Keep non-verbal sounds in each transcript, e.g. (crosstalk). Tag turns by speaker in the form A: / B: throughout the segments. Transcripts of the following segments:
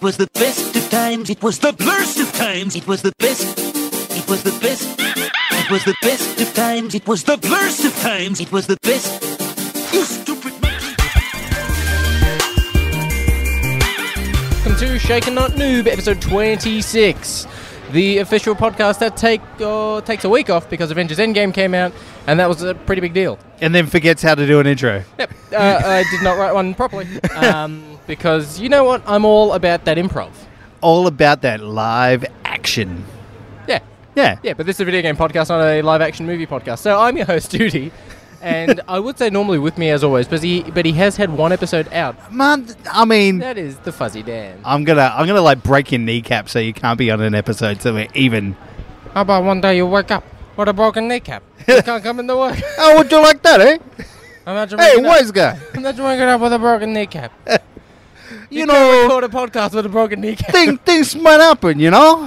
A: was the best of times. It was the blurst of times. It was the best. It was the best. It was the best of times. It was the blurst of times. It was the best. You stupid monkey.
B: Welcome to Shaken Not Noob, episode 26, the official podcast that take uh, takes a week off because Avengers Endgame came out, and that was a pretty big deal.
C: and then forgets how to do an intro.
B: Yep, (laughs) uh, I did not write one properly um, because you know what? I'm all about that improv.
C: All about that live action.
B: Yeah,
C: Yeah.
B: yeah, but this is a video game podcast, not a live action movie podcast. So I'm your host, Judy. And I would say normally with me as always, but he but he has had one episode out.
C: Man, I mean,
B: That is the Fuzzy Dan.
C: I'm gonna, I'm gonna like break your kneecap so you can't be on an episode so we're even.
B: How about one day you wake up with a broken kneecap? (laughs) You can't come into work.
C: Oh, would you like that, (laughs) eh?
B: Imagine
C: Hey,
B: waking up-
C: wise guy.
B: Imagine waking up with a broken kneecap.
C: You, know,
B: Record a podcast with a broken kneecap.
C: thing, things might happen, you (laughs) know.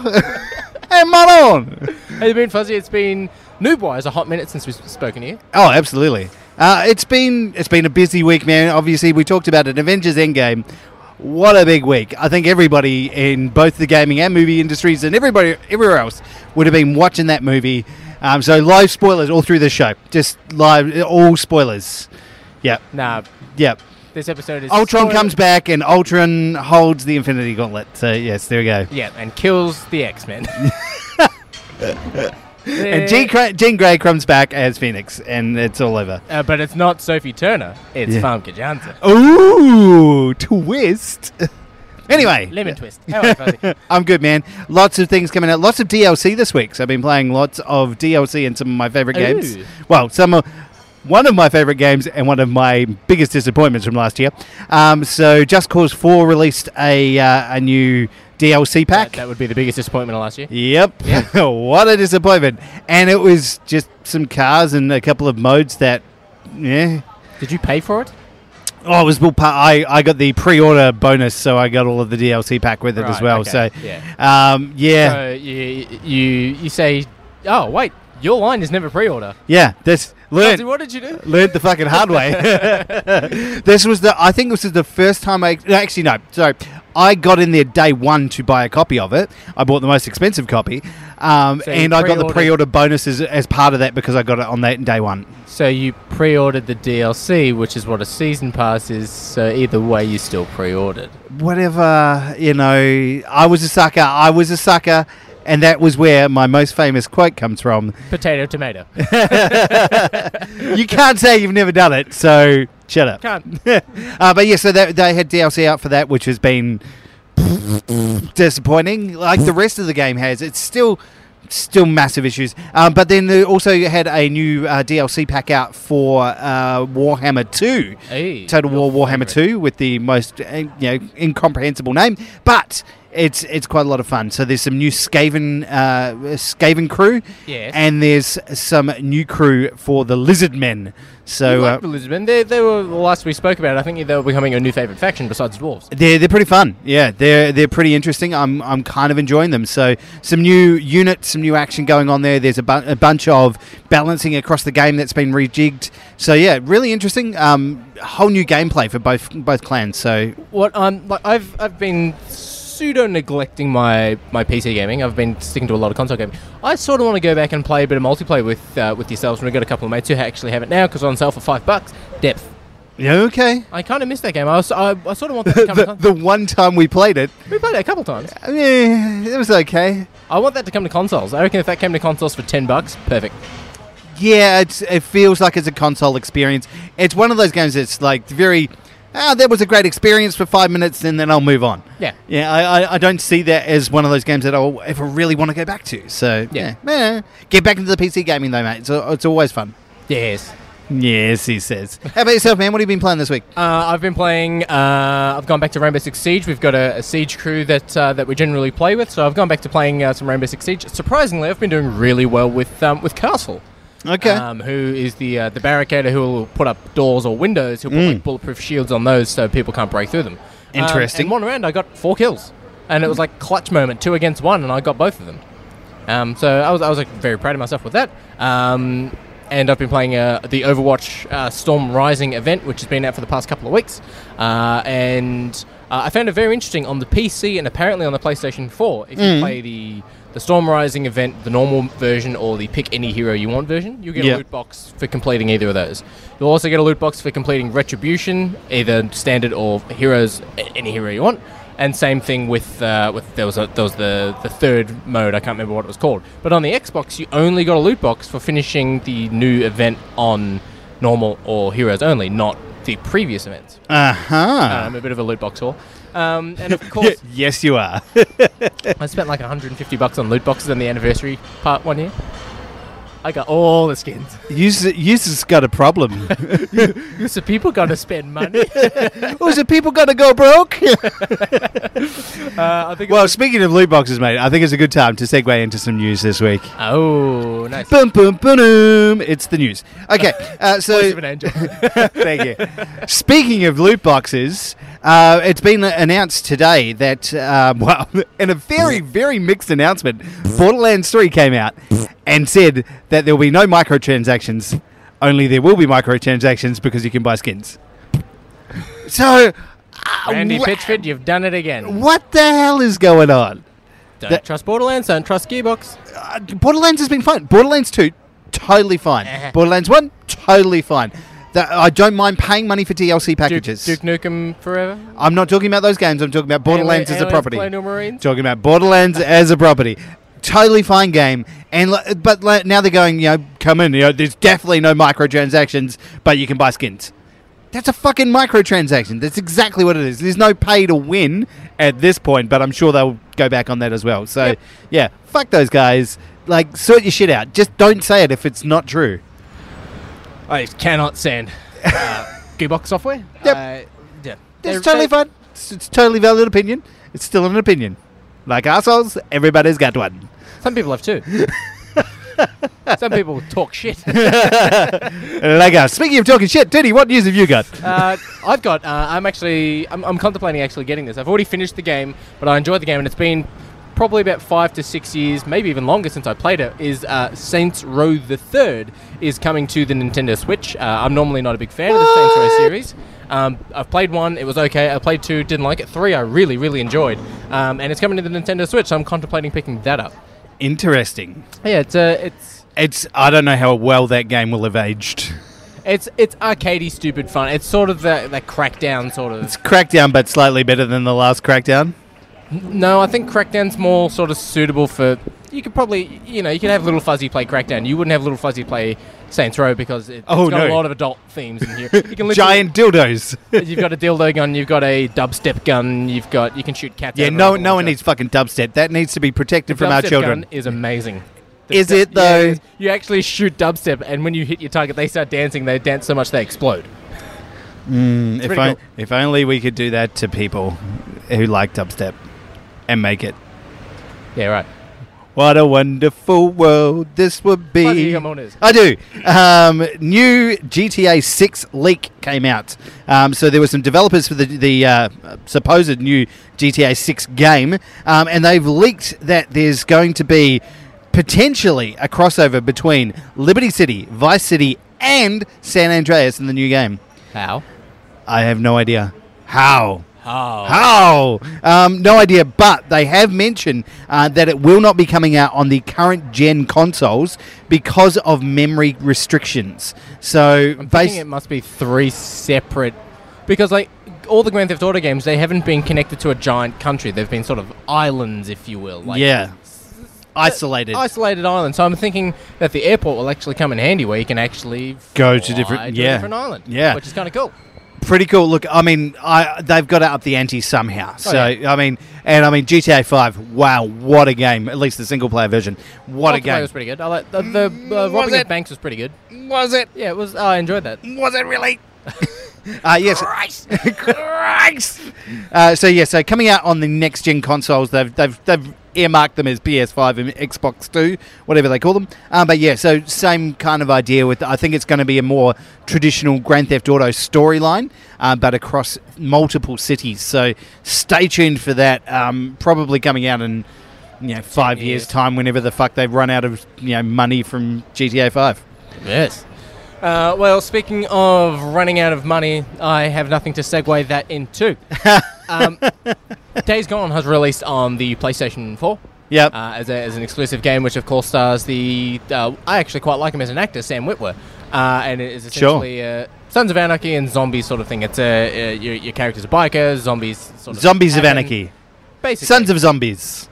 C: hey, man on.
B: Have you been fuzzy? It's been Noobwise a hot minute since we've spoken to you.
C: Oh, absolutely. Uh, it's been, it's been a busy week, man. Obviously, we talked about an Avengers Endgame. What a big week! I think everybody in both the gaming and movie industries, and everybody everywhere else, would have been watching that movie. Um, so live spoilers all through the show, just live, all spoilers. Yep,
B: Nah,
C: yep.
B: this episode is.
C: Ultron
B: spoil-
C: comes back, and Ultron holds the Infinity Gauntlet. So yes, there we go.
B: (laughs) Yeah, and kills the X Men.
C: (laughs)
B: (laughs)
C: And Jean, Cra- Jean Grey comes back as Phoenix, and it's all over.
B: Uh, but it's not Sophie Turner. It's
C: Yeah.
B: Farmke
C: (laughs)
B: Johnson.
C: Ooh, twist. (laughs) anyway,
B: Lemon twist. How are you,
C: (laughs)
B: Fuzzy? Uh,
C: I'm good, man. Lots of things coming out. Lots of DLC this week. So I've been playing lots of DLC in some of my favorite games.
B: Ooh.
C: Well, some of one of my favorite games and one of my biggest disappointments from last year. Um, so Just Cause 4 released a uh, a new DLC
B: that,
C: pack.
B: that would be the biggest disappointment of last year.
C: Yep. (laughs) what a disappointment. And it was just some cars and a couple of modes that, yeah.
B: Did you pay for it?
C: Oh, it was all part. I, I got the pre order bonus, so I got all of the DLC pack with it as
B: Right,
C: well.
B: okay.
C: So,
B: Yeah.
C: Um, yeah.
B: So you, you you say, oh wait, your wine is never pre-order.
C: Yeah, this
B: Fuzzy,
C: learned
B: what did you do?
C: learned the fucking hard
B: (laughs)
C: way. (laughs) this was the I think this is the first time I no, actually no. So I got in there day one to buy a copy of it. I bought the most expensive copy, um,
B: So you
C: and I got the
B: pre-ordered-
C: pre-order bonuses as part of that because I got it on that day one.
B: So you pre-ordered the DLC, which is what a season pass is. So either way, you still pre-ordered.
C: Whatever you know, I was a sucker. I was a sucker. And that was where my most famous quote comes from.
B: Potato, tomato. (laughs)
C: You can't say you've never done it, so shut up.
B: Can't.
C: (laughs) uh, but yeah, so that, they had DLC out for that, which has been disappointing. Like the rest of the game has, it's still still massive issues. Um, but then they also had a new uh, DLC pack out for uh, Warhammer Two,
B: Hey,
C: Total War Warhammer
B: favourite.
C: Two, with the most uh, you know incomprehensible name, but. It's, it's quite a lot of fun. So there's some new Skaven uh, Skaven crew,
B: Yes.
C: and there's some new crew for the Lizard Men. So
B: You
C: uh,
B: like the lizard men. They, they were the last we spoke about. it, I think they were becoming a new favorite faction besides dwarves.
C: They're, they're pretty fun. Yeah, they're they're pretty interesting. I'm I'm kind of enjoying them. So some new units, some new action going on there. There's a, bu- a bunch of balancing across the game that's been rejigged. So yeah, really interesting. Um, whole new gameplay for both both clans. So
B: What um, like I've I've been pseudo neglecting my my PC gaming. I've been sticking to a lot of console gaming. I sort of want to go back and play a bit of multiplayer with uh, with yourselves. And we've got a couple of mates who actually have it now because on sale for five bucks. Depth.
C: yeah, okay.
B: I kind of miss that game. I, was, I, I sort of want that to come.
C: (laughs) The,
B: to
C: the one time we played it,
B: we played it a couple times.
C: eh, it was okay.
B: I want that to come to consoles. I reckon if that came to consoles for ten bucks, perfect.
C: Yeah, it's, it feels like it's a console experience. It's one of those games that's like very. Ah, that was a great experience for five minutes, and then I'll move on.
B: Yeah.
C: Yeah, I, I, I don't see that as one of those games that I'll ever really want to go back to. So,
B: Yeah.
C: yeah. Eh. Get back into the PC gaming, though, mate. It's, a- it's always fun.
B: Yes.
C: Yes, he says. How about yourself, man? What have you been playing this week?
B: Uh, I've been playing. Uh, I've gone back to Rainbow Six Siege. We've got a, a siege crew that uh, that we generally play with, so I've gone back to playing uh, some Rainbow Six Siege. Surprisingly, I've been doing really well with um, with Castle,
C: Okay.
B: um, who is the uh, the barricader who will put up doors or windows. He'll put
C: Mm.
B: like, bulletproof shields on those so people can't break through them. Um,
C: Interesting.
B: and one round, I got four kills, and it was like clutch moment, two against one, and I got both of them. Um, so I was I was like very proud of myself with that. Um, and I've been playing uh, the Overwatch uh, Storm Rising event, which has been out for the past couple of weeks. Uh, and Uh, I found it very interesting on the PC and apparently on the PlayStation 4. If you play the the Storm Rising event, the normal version, or the pick any hero you want version, you get
C: Yeah.
B: a loot box for completing either of those. You'll also get a loot box for completing Retribution, either standard or heroes, a- any hero you want. And same thing with uh, with there was a, there was the the third mode. I can't remember what it was called. But on the Xbox, you only got a loot box for finishing the new event on normal or heroes only, not the previous events.
C: Uh-huh.
B: Um, a bit of a loot box haul. Um, and (laughs) of
C: Y-
B: course,
C: yes, you (laughs) are.
B: I spent like 150 bucks on loot boxes in the anniversary part one year. I got all the skins.
C: User's got a (laughs) problem.
B: (laughs) So people got to spend (laughs) money.
C: oh, so people got to go broke?
B: Uh, I think. it
C: (laughs) well,
B: was-
C: speaking of loot boxes, mate, I think it's a good time to segue into some news this week.
B: oh,
C: (laughs)
B: nice.
C: Boom, boom, boom. It's the news. (laughs) Okay, uh, so...
B: Voice of an angel.
C: (laughs) Thank you. Speaking of loot boxes, uh, it's been announced today that, um, (laughs) well, in a very, very mixed announcement, Borderlands 3 came out and said that there will be no microtransactions, only there will be microtransactions because you can buy skins. So,
B: (laughs)
C: uh,
B: Randy
C: wha-
B: Pitchford, you've done it again.
C: what the hell is going on?
B: Don't
C: that-
B: trust Borderlands. Don't trust Gearbox.
C: Uh, Borderlands has been fine. Borderlands 2, totally fine.
B: Eh.
C: Borderlands 1, totally fine. The, I don't mind paying money for DLC
B: Duke,
C: packages.
B: Duke Nukem Forever.
C: I'm not talking about those games. I'm talking about Borderlands
B: Alien-
C: as a
B: Aliens,
C: property.
B: Colonial Marines.
C: Talking about Borderlands as a property. Totally fine game. And li- but li- now they're going, you know, come in. You know, there's definitely no microtransactions, but you can buy skins. That's a fucking microtransaction. That's exactly what it is. There's no pay to win at this point, but I'm sure they'll go back on that as well. So
B: Yep.
C: yeah, fuck those guys. Like sort your shit out. Just don't say it if it's not true.
B: I cannot send.
C: (laughs)
B: Uh, Gearbox software.
C: Yep.
B: Uh, yeah.
C: It's
B: They're-
C: totally
B: they-
C: fine. It's, it's totally valid opinion. It's still an opinion. Like assholes, everybody's got one.
B: Some people have
C: (laughs)
B: two. Some people talk shit.
C: like us. Speaking of talking shit, Diddy, what news have you got?
B: uh, I've got. Uh, I'm actually. I'm, I'm contemplating actually getting this. I've already finished the game, but I enjoyed the game, and it's been probably about five to six years, maybe even longer since I played it. Is uh, Saints Row the Third is coming to the Nintendo Switch? Uh, I'm normally not a big fan of the Saints Row series. Um, I've played one, it was okay. I played two, didn't like it. Three, I really, really enjoyed. Um, and it's coming to the Nintendo Switch, so I'm contemplating picking that up.
C: Interesting.
B: Yeah, it's uh, it's
C: It's I don't know how well that game will have aged.
B: it's it's arcadey, stupid fun. It's sort of that that crackdown sort of.
C: It's Crackdown, but slightly better than the last Crackdown.
B: No, I think Crackdown's more sort of suitable for. You could probably, you know, you could have Little Fuzzy play Crackdown. You wouldn't have Little Fuzzy play Saints Row because it,
C: Oh,
B: has got a
C: no.
B: lot of adult themes in here. You can literally-
C: Giant dildos.
B: (laughs) You've got a dildo gun. You've got a dubstep gun. You've got you can shoot cats.
C: yeah,
B: out of
C: no,
B: a
C: no one
B: launcher.
C: needs fucking dubstep. That needs to be protected from
B: dubstep
C: our children.
B: Gun is amazing.
C: Is
B: du-
C: it,
B: yeah,
C: though?
B: is. You actually shoot dubstep, and when you hit your target, they start dancing. They dance so much they explode.
C: If,
B: pretty
C: on-
B: cool.
C: if only we could do that to people who like dubstep and make it.
B: Yeah, right.
C: What a wonderful world this would be.
B: Why do you come on this?
C: I do. Um, new GTA 6 leak came out. Um, so there were some developers for the, the uh, supposed new GTA 6 game, um, and they've leaked that there's going to be potentially a crossover between Liberty City, Vice City, and San Andreas in the new game.
B: How?
C: I have no idea. How?
B: Oh.
C: How? Um, no idea, but they have mentioned uh, that it will not be coming out on the current gen consoles because of memory restrictions. So,
B: I'm
C: bas-
B: thinking it must be three separate because like all the Grand Theft Auto games they haven't been connected to a giant country. They've been sort of islands, if you will. Like
C: yeah, isolated.
B: Isolated islands. So I'm thinking that the airport will actually come in handy where you can actually
C: Go to
B: fly
C: different-
B: a
C: yeah.
B: different island.
C: Yeah.
B: Which is kinda cool.
C: Pretty cool. Look, I mean, I they've got to up the ante somehow. So,
B: Oh, yeah.
C: I mean, and I mean, GTA Five. Wow, what a game! At least the single player version. What a
B: Multiplayer
C: game!
B: was pretty good. I like the, the uh, robbing
C: it?
B: of banks was pretty good.
C: Was it?
B: Yeah, it was I enjoyed that.
C: Was it (laughs) really? uh, yes. (laughs) Uh, so yeah, so coming out on the next gen consoles, they've they've they've earmarked them as PS5 and Xbox Two, whatever they call them. Um, but yeah, so same kind of idea with. I think it's going to be a more traditional Grand Theft Auto storyline, uh, but across multiple cities. So stay tuned for that. Um, probably coming out in you know five years.
B: years.
C: time, whenever the fuck they've run out of you know money from GTA Five.
B: Yes. Uh,
C: (laughs)
B: well, speaking of running out of money, I have nothing to segue that into. Um, Days Gone has released on the PlayStation 4
C: Yep.
B: uh, as, a, as an exclusive game, which of course stars the. Uh, I actually quite like him as an actor, Sam Witwer, uh, and it is
C: Sure.
B: essentially uh, Sons of Anarchy and zombies sort of thing. It's a, uh your, your character's a biker, zombies sort of
C: Zombies of
B: happen.
C: Anarchy.
B: basically.
C: Sons of Zombies.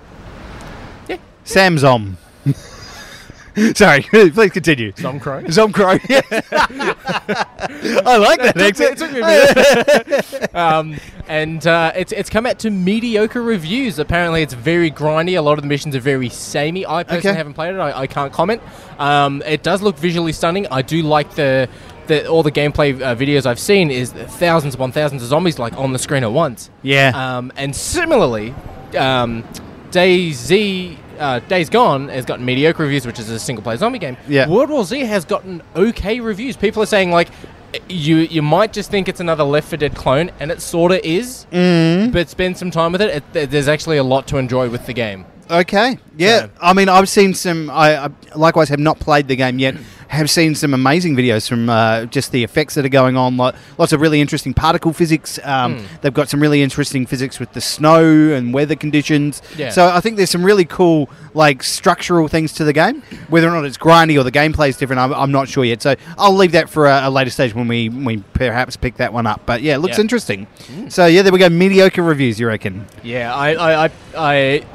B: Yeah.
C: Sam Zom. (laughs) Sorry, (laughs) please continue.
B: Tom
C: (laughs)
B: Crow.
C: Zom Crow. Yeah. I like (laughs) that
B: It took me-
C: accent.
B: it took me
C: (laughs)
B: a minute. um, and uh, it's it's come out to mediocre reviews. Apparently, it's very grindy. A lot of the missions are very samey. I personally
C: Okay.
B: haven't played it. I, I can't comment. Um, it does look visually stunning. I do like the. The, all the gameplay uh, videos I've seen is thousands upon thousands of zombies like on the screen at once.
C: Yeah.
B: Um, and similarly, um, DayZ, uh, Days Gone has gotten mediocre reviews, which is a single player zombie game.
C: Yeah.
B: World War Z has gotten okay reviews. People are saying like, you you might just think it's another Left 4 Dead clone, and it sorta is. But spend some time with it. it. th- There's actually a lot to enjoy with the game.
C: Okay. Yeah.
B: So-
C: I mean, I've seen some. I, I likewise have not played the game
B: (clears throat)
C: yet. Have seen some amazing videos from uh, just the effects that are going on. Lot, lots of really interesting particle physics. Um,
B: Hmm.
C: They've got some really interesting physics with the snow and weather conditions.
B: Yeah.
C: So I think there's some really cool like structural things to the game. Whether or not it's grindy or the gameplay is different, I'm, I'm not sure yet. So I'll leave that for a, a later stage when we we perhaps pick that one up. But yeah, it looks
B: Yeah. Hmm.
C: interesting. So yeah, there we go. Mediocre reviews, you reckon?
B: Yeah, I I, I, I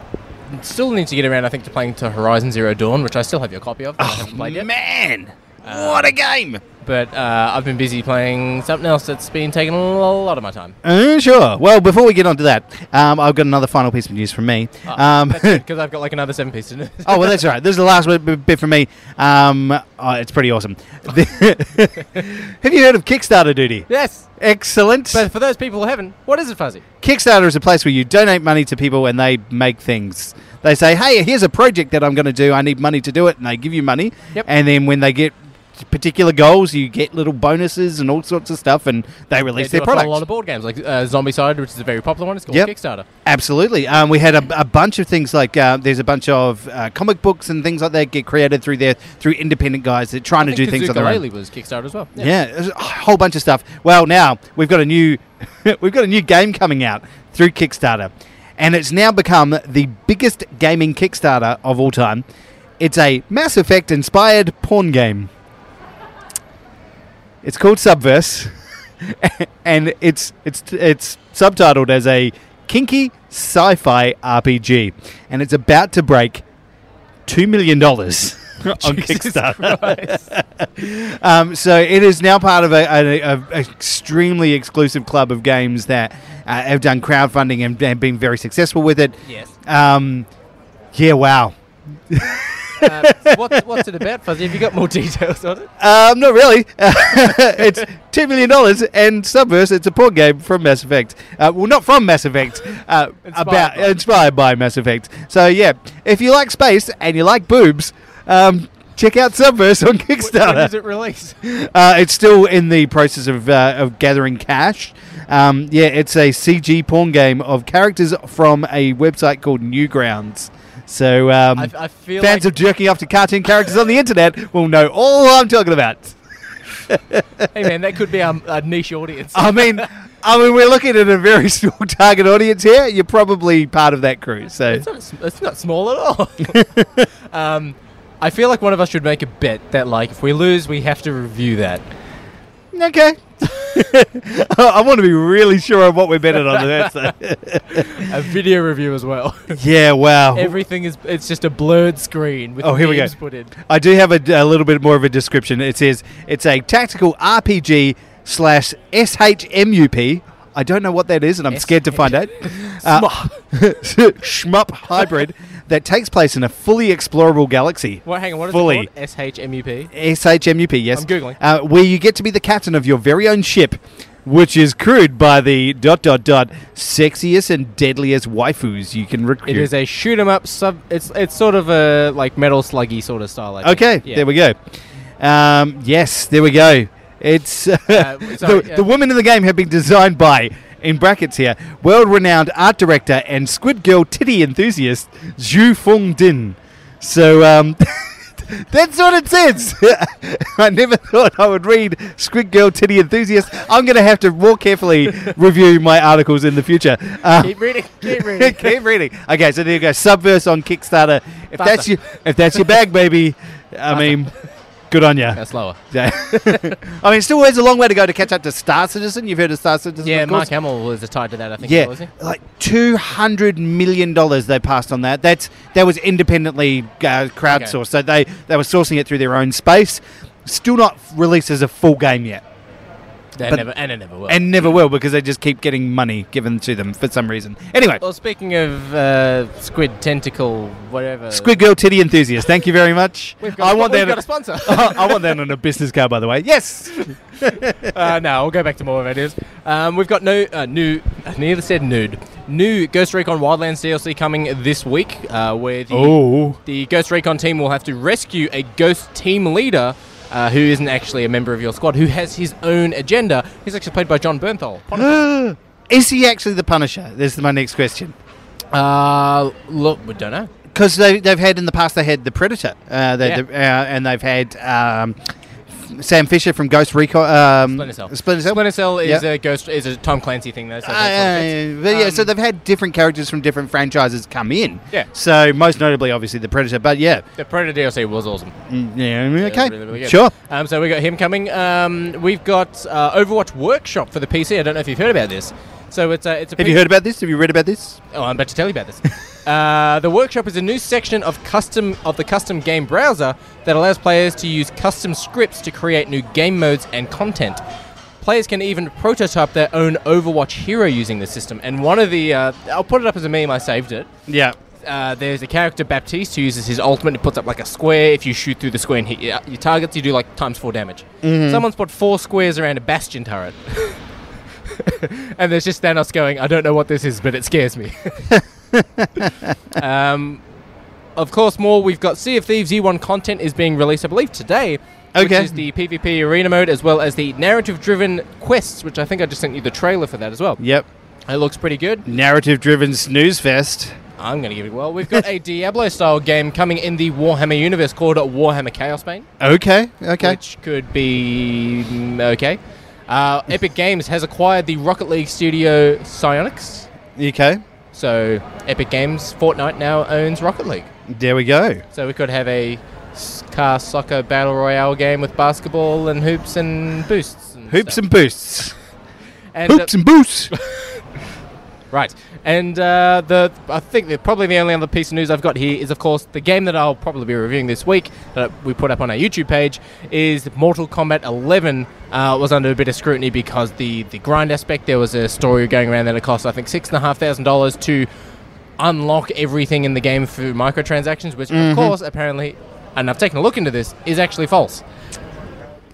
B: still need to get around. I think to playing to Horizon Zero Dawn, which I still have your copy of. But I haven't played Uh, yet.
C: Man, what a game!
B: But uh, I've been busy playing something else that's been taking a lot of my time.
C: Uh, sure. Well, before we get on to that, um, I've got another final piece of news from me. um,
B: because I've got like another seven piece to do.
C: (laughs) oh, well, that's all right. This is the last bit- bit for me. Um, oh, it's pretty awesome. (laughs) The- Have you heard of Kickstarter duty?
B: (laughs) yes.
C: Excellent.
B: But for those people who haven't, what is it, Fuzzy?
C: Kickstarter is a place where you donate money to people and they make things. They say, "Hey, here's a project that I'm going to do. I need money to do it," and they give you money.
B: Yep.
C: And then when they get particular goals, you get little bonuses and all sorts of stuff, and they
B: They
C: release
B: do
C: their
B: it for
C: product.
B: a lot of board games, like uh, Zombie Side, which is a very popular one. It's called
C: Yep.
B: Kickstarter.
C: Absolutely. Um, we had a, a bunch of things like uh, there's a bunch of uh, comic books and things like that get created through there through independent guys that trying to do things on their own.
B: Ukulele was Kickstarter as well. (laughs)
C: Yeah, there's a whole bunch of stuff. Well, now we've got a new (laughs) we've got a new game coming out through Kickstarter, and it's now become the biggest gaming Kickstarter of all time. It's a Mass Effect inspired porn game. It's called Subverse, (laughs) and it's it's it's subtitled as a kinky sci-fi RPG, and it's about to break two million dollars (laughs) on
B: Jesus
C: Kickstarter.
B: Christ.
C: Um, so it is now part of a, a, a- a extremely exclusive club of games that uh, have done crowdfunding and, and been very successful with it.
B: yes.
C: Um, yeah, wow.
B: Uh, what, what's it about, Fuzzy? Have you got more (laughs) details on it?
C: Um, not really. (laughs) it's two million dollars and Subverse. It's a porn game from Mass Effect. Uh, well, not from Mass Effect. Uh,
B: Inspired
C: about
B: by.
C: inspired by Mass Effect. So yeah, if you like space and you like boobs, um, check out Subverse on Kickstarter.
B: When is it released?
C: Uh, it's still in the process of, uh, of gathering cash. Um, yeah, it's a CG porn game of characters from a website called Newgrounds. So um,
B: I, I feel
C: fans of
B: like,
C: jerking off to cartoon characters on the internet will know all I'm talking about.
B: hey man, that could be our, our niche audience.
C: I mean, I mean, we're looking at a very (laughs) small target audience here. You're probably part of that crew. So
B: It's not, s- it's not small at
C: (laughs)
B: all. um, I feel like one of us should make a bet that, like, if we lose, we have to review that.
C: okay. (laughs) I want to be really sure on what we're betting
B: (laughs)
C: on. That's
B: A video review as well. (laughs)
C: yeah, wow.
B: Everything is, it's just a blurred screen with
C: Oh, here we go.
B: memes put in.
C: I do have a, a little bit more of a description. It says it's a tactical RPG slash SHMUP. I don't know what that is, and I'm scared to find out. Uh, (laughs) shmup hybrid that takes place in a fully explorable galaxy.
B: Well, hang on. What is
C: Fully.
B: it called? S H M U P.
C: SHMUP, yes.
B: I'm Googling.
C: Uh, where you get to be the captain of your very own ship, which is crewed by the dot dot dot sexiest and deadliest waifus you can recruit.
B: It is a shoot 'em up sub. It's it's sort of a like metal sluggy sort of style. I think.
C: Okay,
B: Yeah.
C: there we go. Um, yes, there we go. It's (laughs)
B: sorry,
C: the,
B: uh,
C: the women in the game have been designed by, in brackets here, world-renowned art director and Squid Girl titty enthusiast Zhu Feng Din. So um, (laughs) That's what it says. (laughs) I never thought I would read Squid Girl Titty Enthusiast. I'm going to have to
B: (laughs)
C: more carefully review my articles in the future. Uh,
B: Keep reading.
C: (laughs)
B: Keep reading.
C: keep reading. Okay, so there you go. Subverse on Kickstarter. If
B: Faster.
C: that's your if that's your bag, baby, I mean, good on you.
B: That's lower.
C: Yeah. (laughs) I mean, it still has a long way to go to catch up to Star Citizen. You've heard of Star Citizen?
B: Yeah,
C: of course.
B: Mark Hamill was tied to that. I think.
C: Yeah,
B: Was he?
C: like two hundred million dollars they passed on that. That's that was independently uh, crowdsourced,
B: Okay.
C: so they they were sourcing it through their own space. Still not released as a full game yet,
B: They
C: But-
B: never, and it never will.
C: and never will because they just keep getting money given to them for some reason. Anyway,
B: well, speaking of uh, squid tentacle, whatever.
C: Squid Girl Titty enthusiast, thank you very much.
B: (laughs) We've got,
C: I want
B: we've
C: that.
B: got a sponsor.
C: (laughs) I want that on a business card, by the way.
B: (laughs)
C: Yes,
B: uh, no, we'll go back to more of ideas. Um, we've got no uh, new. I nearly said nude. New Ghost Recon Wildlands DLC coming this week, uh, where the
C: Oh.
B: the Ghost Recon team will have to rescue a ghost team leader. Uh, who isn't actually a member of your squad? Who has his own agenda? He's actually played by John Bernthal.
C: (gasps) is he actually the Punisher? This is my next question.
B: Uh, look, we don't know.
C: because they, they've had in the past they had the Predator, uh, they,
B: Yeah.
C: the, uh, and they've had um, Sam Fisher from Ghost Recon. Um,
B: Splinter Cell.
C: Splinter Cell.
B: Splinter Cell is
C: Yeah.
B: a ghost is a Tom Clancy thing though. So
C: Uh,
B: that's all
C: but yeah, so
B: Um,
C: they've had different characters from different franchises come in.
B: Yeah.
C: So most notably, obviously, the Predator. But yeah,
B: the Predator DLC was awesome.
C: Mm, yeah,
B: Yeah,
C: okay,
B: really, really good.
C: sure.
B: Um, so we got him coming. Um, we've got uh, Overwatch Workshop for the PC. I don't know if you've heard about this. So it's a, it's a
C: Have you heard about this? Have you read about this?
B: Oh, I'm about to tell you about this. (laughs) uh, the workshop is a new section of custom of the custom game browser that allows players to use custom scripts to create new game modes and content. Players can even prototype their own Overwatch hero using the system. And one of the uh, I'll put it up as a meme. I saved it.
C: Yeah.
B: Uh, there's a character Baptiste who uses his ultimate. It puts up like a square. If you shoot through the square and hit your, your targets, you do like times four damage. Someone's put four squares around a bastion turret, (laughs) and there's just Thanos going, "I don't know what this is, but it scares me." (laughs) um, of course, more. We've got Sea of Thieves E1 content is being released, I believe, today. Which
C: Okay.
B: is the PvP arena mode as well as the narrative-driven quests, which I think I just sent you the trailer for that as well.
C: Yep.
B: It looks pretty good.
C: Narrative-driven snooze fest.
B: I'm going to give it. Well, we've got a (laughs) Diablo style game coming in the Warhammer universe called Warhammer Chaos Bane,
C: Okay. Okay.
B: which could be mm, okay. Uh, Epic Games has acquired the Rocket League studio Psyonix.
C: Okay.
B: So, Epic Games, Fortnite now owns Rocket League.
C: There we go.
B: So, we could have a s- car soccer battle royale game with basketball and hoops and boosts. And
C: Hoops
B: stuff.
C: and boosts.
B: and, uh,
C: Hoops and boosts.
B: Right, and uh, the I think that probably the only other piece of news I've got here is, of course, the game that I'll probably be reviewing this week that we put up on our YouTube page is Mortal Kombat 11 uh, was under a bit of scrutiny because the the grind aspect. There was a story going around that it cost I think six and a half thousand dollars to unlock everything in the game through microtransactions, which of course apparently, and I've taken a look into this, is actually false.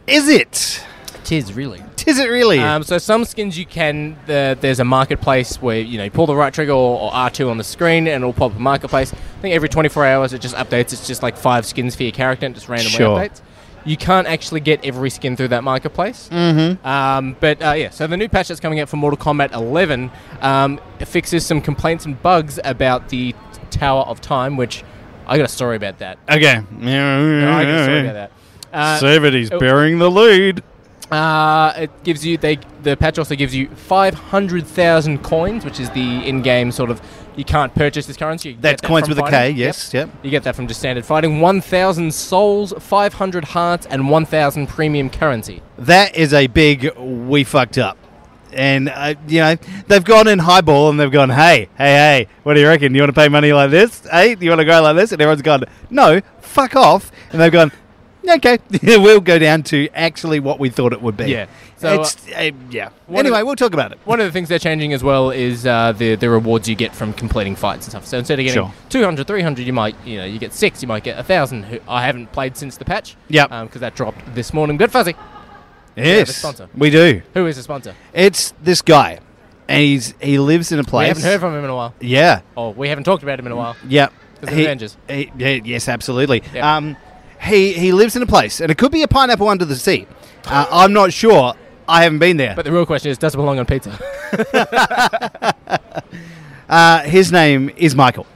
C: Is it?
B: It is really.
C: Is it really?
B: Um, so some skins you can. The, there's a marketplace where you know you pull the right trigger or, or R2 on the screen, and it'll pop a marketplace. I think every 24 hours it just updates. It's just like five skins for your character, and just randomly
C: Sure.
B: updates. You can't actually get every skin through that marketplace. Mm-hmm. Um, but uh, yeah, so the new patch that's coming out for Mortal Kombat 11 um, fixes some complaints and bugs about the Tower of Time, which I got a story about that.
C: Okay.
B: I got a story about that. Uh,
C: Savity's
B: oh.
C: bearing the lead.
B: Uh, it gives you they the patch also gives you five hundred thousand coins, which is the in-game sort of you can't purchase this currency. You get
C: That's
B: that
C: coins
B: from
C: with a K,
B: fighting.
C: yes, yep.
B: You get that from just standard fighting. One thousand souls, five hundred hearts, and one thousand premium currency.
C: That is a big we fucked up. And, uh, you know, they've gone in highball and they've gone, hey, hey, hey, what do you reckon? You want to pay money like this? Hey, do you want to go like this? And everyone's gone, no, fuck off. And they've gone, okay, (laughs) we'll go down to actually what we thought it would be.
B: Yeah. So,
C: it's, uh, yeah.
B: one of-
C: Anyway, we'll talk about it.
B: One of the things they're changing as well is uh, the the rewards you get from completing fights and stuff. So instead of getting
C: Sure.
B: 200, 300, you might you know you get six, you might get a thousand. who- I haven't played since the patch.
C: Yep.
B: because that dropped this morning. But Fuzzy, have a
C: Yes,
B: sponsor.
C: we do.
B: who is the sponsor?
C: It's this guy. And he's he lives in a place.
B: We haven't heard from him in a while.
C: Yeah.
B: Oh, we haven't talked about him in a while.
C: Yeah.
B: 'Cause of Avengers.
C: he- yeah, yes, absolutely.
B: Yep.
C: Um, he he lives in a place, and it could be a pineapple under the sea. Uh, I'm not sure. I haven't been there.
B: But the real question is, does it
C: (laughs)
B: belong on pizza?
C: uh, his name is Michael.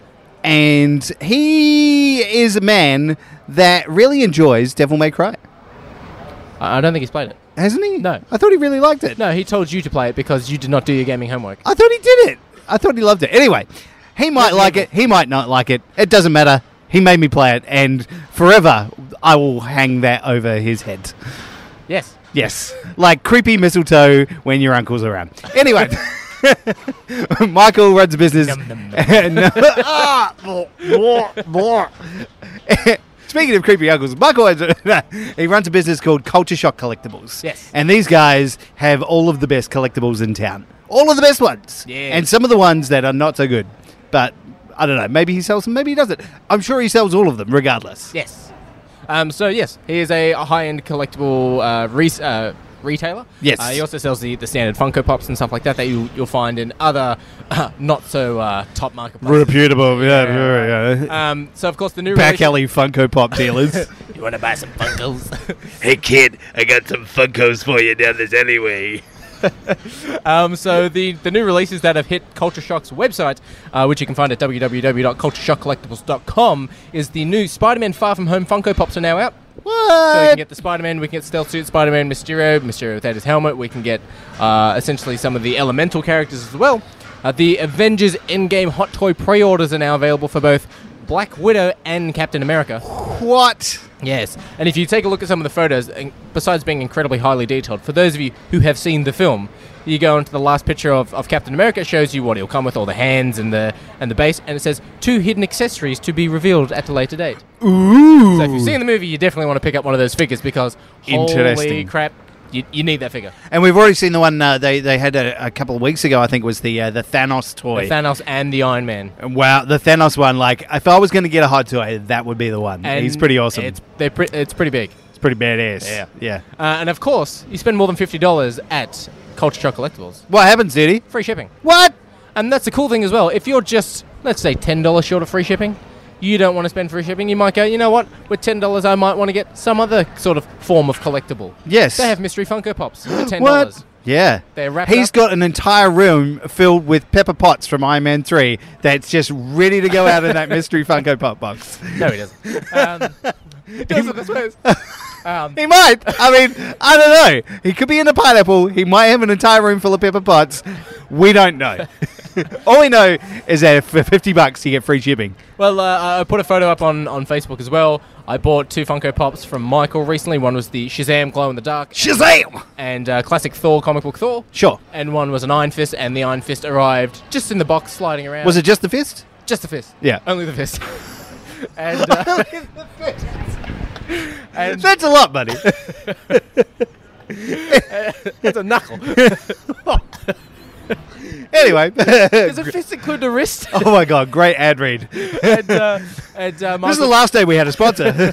C: and he is a man that really enjoys Devil May Cry,
B: I I don't think he's played it.
C: hasn't he?
B: No.
C: I thought he really liked it. Uh,
B: No, he told you to play it because you did not do your gaming homework.
C: I thought he did it. I thought he loved it. Anyway, he might like it. He might not like it. It doesn't matter. He made me play it, and forever I will hang that over his head.
B: Yes.
C: Yes, like creepy mistletoe when your uncle's around. Anyway, (laughs) Michael runs a business.
B: Nom, nom, nom.
C: (laughs) and- Ah,
B: (laughs)
C: blah, blah, blah. Speaking of creepy uncles, Michael runs a- (laughs) he runs a business called Culture Shock Collectibles.
B: Yes.
C: and these guys have all of the best collectibles in town. All of the best ones.
B: Yeah.
C: and some of the ones that are not so good. But I don't know. Maybe he sells them. Maybe he doesn't. I'm sure he sells all of them, regardless.
B: Yes. Um, so yes, he is a high-end collectible uh, re- uh, retailer.
C: Yes.
B: Uh, he also sells the, the standard Funko Pops and stuff like that that you, you'll find in other not so uh, top marketplaces.
C: Reputable. Yeah.
B: Um, so of course the new
C: Back
B: relation-
C: alley Funko Pop dealers.
B: You want to buy some Funkos?
D: (laughs) Hey kid, I got some Funkos for you down this alleyway.
B: um, so the, the new releases that have hit Culture Shock's website, uh, which you can find at www.cultureshockcollectibles.com, is the new Spider-Man Far From Home Funko Pops are now out. So we can
C: what?
B: get the Spider-Man, we can get Stealth Suit, Spider-Man, Mysterio, Mysterio without his helmet. We can get uh, essentially some of the Elemental characters as well. Uh, the Avengers Endgame Hot Toy pre-orders are now available for both Black Widow and Captain America.
C: what?
B: Yes, and if you take a look at some of the photos, and besides being incredibly highly detailed, for those of you who have seen the film, you go into the last picture of, of Captain America, it shows you what he'll come with, all the hands and the and the base, and it says two hidden accessories to be revealed at a later date. Ooh! So if you've seen the movie, you definitely want to pick up one of those figures because holy
C: Interesting.
B: crap, you, you need that figure.
C: And we've already seen the one uh, they they had a, a couple of weeks ago. I think was the uh, the Thanos
B: The
C: toy.
B: Thanos and the Iron Man.
C: wow, the Thanos one. Like, if I was going to get a hot toy, that would be the one.
B: And
C: Um, He's pretty awesome.
B: It's
C: It's,
B: they're pre- it's pretty big.
C: pretty badass.
B: Yeah.
C: yeah.
B: Uh, and of course, you spend more than fifty dollars at Culture Shock Collectibles.
C: What happens, Diddy?
B: Free shipping.
C: What?
B: And that's the cool thing as well. If you're just, let's say, $10 short of free shipping, you don't want to spend free shipping. You might go, you know what? With $10, I might want to get some other sort of form of collectible.
C: Yes.
B: They have mystery Funko Pops for $10.
C: What? Yeah.
B: They're wrapped
C: He's
B: up.
C: got an entire room filled with Pepper Potts from Iron Man 3 that's just ready to go out in that mystery Funko Pop box.
B: No, he doesn't. Um, he does (laughs) look, I suppose. Um,
C: He might. I mean, I don't know. He could be in a pineapple. He might have an entire room full of pepper pots. We don't (laughs) know. All we know is that for 50 bucks, you get free shipping.
B: well, uh, I put a photo up on, on Facebook as well. I bought two Funko Pops from Michael recently. One was the Shazam Glow in the Dark
C: Shazam!
B: and uh, classic Thor, comic book Thor.
C: Sure.
B: And one was an Iron Fist, and the Iron Fist arrived just in the box sliding around.
C: Was it just the fist? Oh,
B: Just the fist.
C: Yeah.
B: Only the fist. (laughs) and
C: (laughs)
B: uh, and
C: That's a lot, (laughs) buddy.
B: it's a knuckle.
C: (laughs) anyway.
B: Does a fist include the wrist?
C: (laughs) oh my God, great ad read. This
B: and uh, and, uh,
C: is the
B: Michael,
C: last day we had a (laughs) sponsor.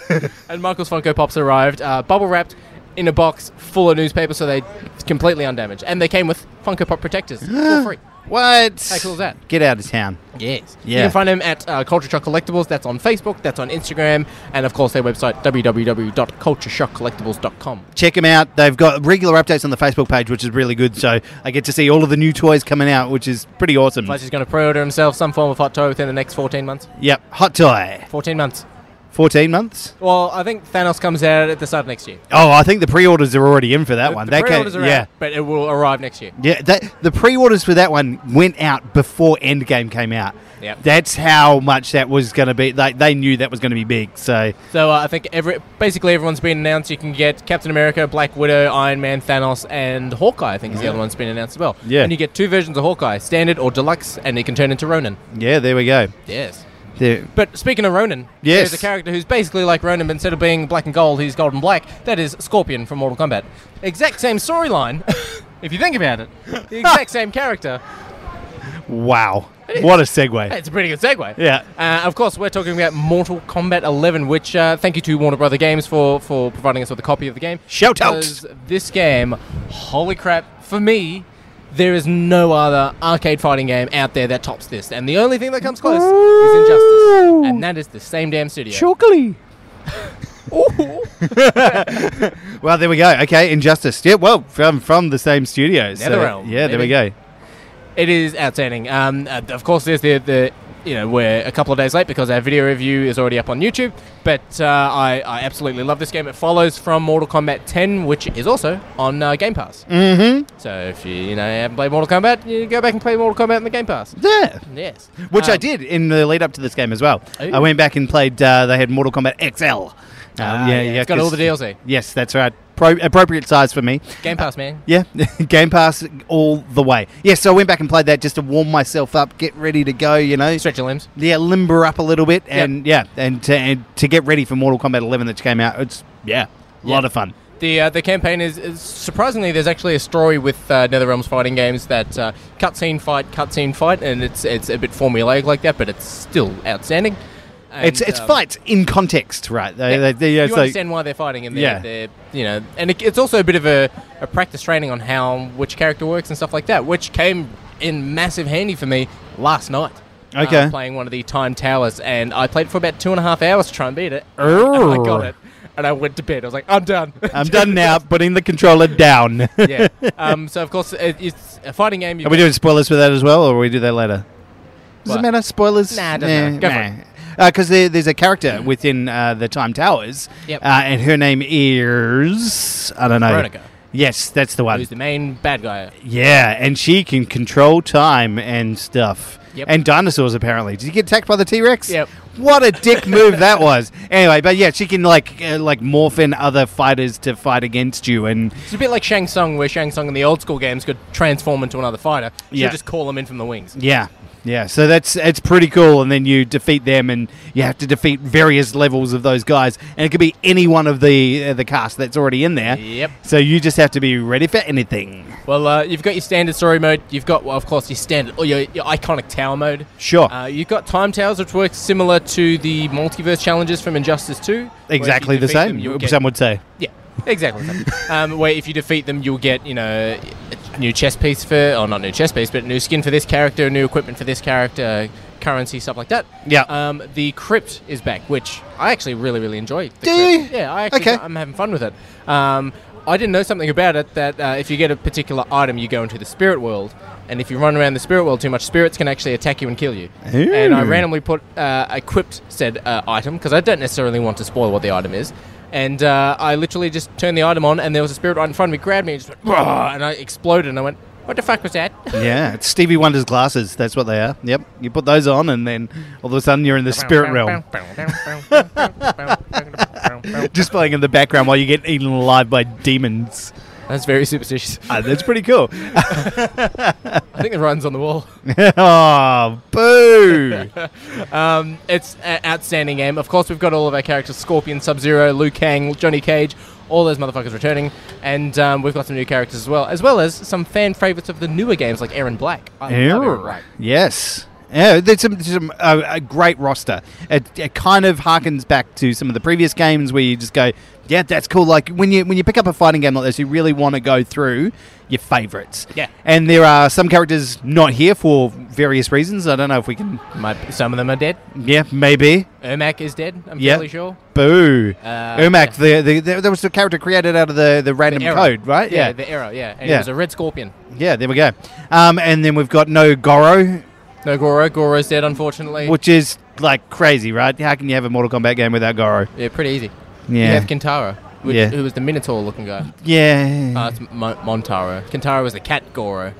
B: and Michael's Funko Pops arrived, uh, bubble wrapped in a box full of newspaper, so they completely undamaged. And they came with Funko Pop
C: (gasps)
B: protectors for free.
C: what?
B: How cool is that?
C: Get out of town.
B: Yes. You
C: Yeah.
B: can find them at uh, Culture Shock Collectibles. That's on Facebook. That's on Instagram, and of course their website www.cultureshockcollectibles.com.
C: Check them out. They've got regular updates on the Facebook page, which is really good. So I get to see all of the new toys coming out, which is pretty awesome.
B: Plus, he's going to pre-order himself some form of hot toy within the next 14 months.
C: Yep, hot toy.
B: 14 months.
C: 14 months?
B: Well, I think Thanos comes out at the start of next year.
C: Oh, I think the pre-orders are already in for that one.
B: The
C: that
B: pre-orders
C: ca-
B: are out,
C: yeah,
B: but it will arrive next year.
C: yeah. That the pre-orders for that one went out before Endgame came out.
B: Yep.
C: that's how much that was going to be. They, they knew that was going to be big. So
B: So uh, I think every basically everyone's been announced. You can get Captain America, Black Widow, Iron Man, Thanos, and Hawkeye. I think is the other one's been announced as well.
C: Yeah.
B: and you get two versions of Hawkeye, standard or deluxe, and it can turn into Ronan.
C: yeah, there we go.
B: Yes.
C: There-
B: But speaking of Ronan,
C: Yes.
B: there's a character who's basically like Ronan, but instead of being black and gold, he's gold and black. That is Scorpion from Mortal Kombat. Exact same storyline, (laughs) if you think about it. The
C: (laughs)
B: exact same character.
C: wow, what a segue.
B: It's a pretty good segue.
C: Yeah.
B: Uh, of course, we're talking about Mortal Kombat 11, which uh, thank you to Warner Brother Games for for providing us with a copy of the game.
C: Shout out.
B: Because This game, holy crap! For me, there is no other arcade fighting game out there that tops this, and the only thing that comes close is Injustice, and that is the same damn studio.
C: (laughs) Chocolate. well, there we go. Okay, Injustice. Yeah, well, from from the same studio. so-
B: NetherRealm,
C: yeah, there we
B: maybe.
C: go.
B: It is outstanding. Um, uh, of course, there's the the you know we're a couple of days late because our video review is already up on YouTube. But uh, I, I absolutely love this game. It follows from Mortal Kombat 10, which is also on uh, Game Pass. Mm-hmm. So if you you know haven't played Mortal Kombat, you go back and play Mortal Kombat in the Game Pass.
C: Yeah.
B: Yes,
C: Which I
B: Um,
C: did in the lead up to this game as well.
B: Oh.
C: I went back and played. Uh, they had Mortal Kombat XL. Um,
B: Ah, yeah, it's got all
C: 'cause-
B: the DLC.
C: Yes, that's right. Pro- appropriate size for me.
B: Game Pass, man.
C: Yeah, (laughs) Game Pass all the way. Yes, so I went back and played that just to warm myself up, get ready to go. You know,
B: Stretch your limbs.
C: yeah, limber up a little bit, and yeah, and to, and to get ready for Mortal Kombat 11 that came out. It's yeah, a lot of fun.
B: The uh, the campaign is, is surprisingly there's actually a story with uh, NetherRealm's fighting games that uh, cutscene fight cutscene fight and it's it's a bit formulaic like that but it's still outstanding. And,
C: it's it's
B: um,
C: fights in context, right? They,
B: yeah,
C: they, they, yeah,
B: you
C: so-
B: understand why they're fighting and they're,
C: Yeah.
B: they're you know and it, it's also a bit of a, a practice training on how which character works and stuff like that which came in massive handy for me last night. uh,
C: Okay.
B: playing one of the time towers and I played for about two and a half hours to try and beat it.
C: Err.
B: And Oh, I got it and I went to bed. I was like I'm done.
C: I'm done now. Putting the
B: (laughs)
C: controller down.
B: yeah. Um, so of course it, it's a fighting game. You
C: Are we doing spoilers for that as well, or we do that later? Does
B: What?
C: it matter? Spoilers?
B: Nah, it doesn't matter. Go for it.
C: Because there, there's a character within uh, the Time Towers,
B: Yep.
C: uh, and her name is I don't know.
B: Veronica.
C: Yes, that's the one.
B: who's the main bad guy?
C: yeah, and she can control time and stuff.
B: Yep.
C: And dinosaurs apparently. Did you get attacked by the T Rex?
B: Yep.
C: What a
B: (laughs)
C: dick move that was. Anyway, but yeah, she can like uh, like morph in other fighters to fight against you, and
B: It's a bit like Shang Tsung, where Shang Tsung in the old school games could transform into another fighter. You
C: Yeah.
B: just call him in from the wings.
C: Yeah, yeah. So that's it's pretty cool. And then you defeat them, and you have to defeat various levels of those guys, and it could be any one of the uh, the cast that's already in there.
B: Yep.
C: So you just have to be ready for anything.
B: Well, uh, you've got your standard story mode. You've got, well, of course, your standard or your, your iconic tower mode.
C: Sure.
B: Uh, you've got time towers, which works similar to the multiverse challenges from Injustice Two. where if you
C: Exactly the
B: defeat them,
C: same.
B: you'll get-
C: some would say.
B: Yeah, exactly. um, where if you defeat them, you'll get you know a new chess piece for, or not new chess piece, but new skin for this character, new equipment for this character, currency stuff like that.
C: Yeah.
B: Um, the crypt is back, which I actually really really enjoy. The
C: Do
B: Crypt.
C: you?
B: Yeah, I actually
C: Okay.
B: I'm having fun with it. Um, I didn't know something about it that uh, if you get a particular item, you go into the spirit world, and if you run around the spirit world too much, spirits can actually attack you and kill you. And I
C: Ooh.
B: ran randomly put uh, equipped said uh, item because I don't necessarily want to spoil what the item is. And uh, I literally just turned the item on, and there was a spirit right in front of me, grabbed me, and just went, "Rah!" and I exploded. And I went, "What the fuck was that?" (laughs)
C: Yeah, it's Stevie Wonder's glasses. That's what they are. Yep. You put those on, and then all of a sudden you're in the spirit (laughs) realm, just playing in the background while you get eaten alive by demons.
B: That's very superstitious.
C: Ah, that's pretty cool. (laughs)
B: I think the writing's on the wall.
C: oh, boo!
B: Um, it's an outstanding game. Of course, we've got all of our characters: Scorpion, Sub Zero, Liu Kang, Johnny Cage, all those motherfuckers returning, and um, we've got some new characters as well, as well as some fan favorites of the newer games like Aaron Black. I love Aaron Black.
C: Yes. Yeah, there's some, there's some uh, a great roster. It, it kind of harkens back to some of the previous games where you just go, yeah, that's cool. Like when you when you pick up a fighting game like this, you really want to go through your favorites.
B: Yeah.
C: and there are some characters not here for various reasons. I don't know if we can.
B: Might, some of them are dead.
C: Yeah, maybe.
B: Ermac is dead. I'm
C: Yeah.
B: fairly sure.
C: Boo.
B: Uh,
C: Ermac, the, the, the there was a character created out of the the random
B: Arrow.
C: code, right?
B: Yeah, the arrow. Yeah, and
C: Yeah.
B: it was a red scorpion.
C: yeah. There we go. Um, and then we've got no Goro,
B: No Goro. Goro's dead, unfortunately.
C: which is like crazy, right? How can you have a Mortal Kombat game without Goro?
B: yeah, pretty easy. You
C: Yeah.
B: have Kintaro, which,
C: Yeah. Mm.
B: who was the Minotaur-looking guy.
C: yeah.
B: Uh, it's Mon- Montaro. Kintaro was the cat
C: (laughs)
B: Goro.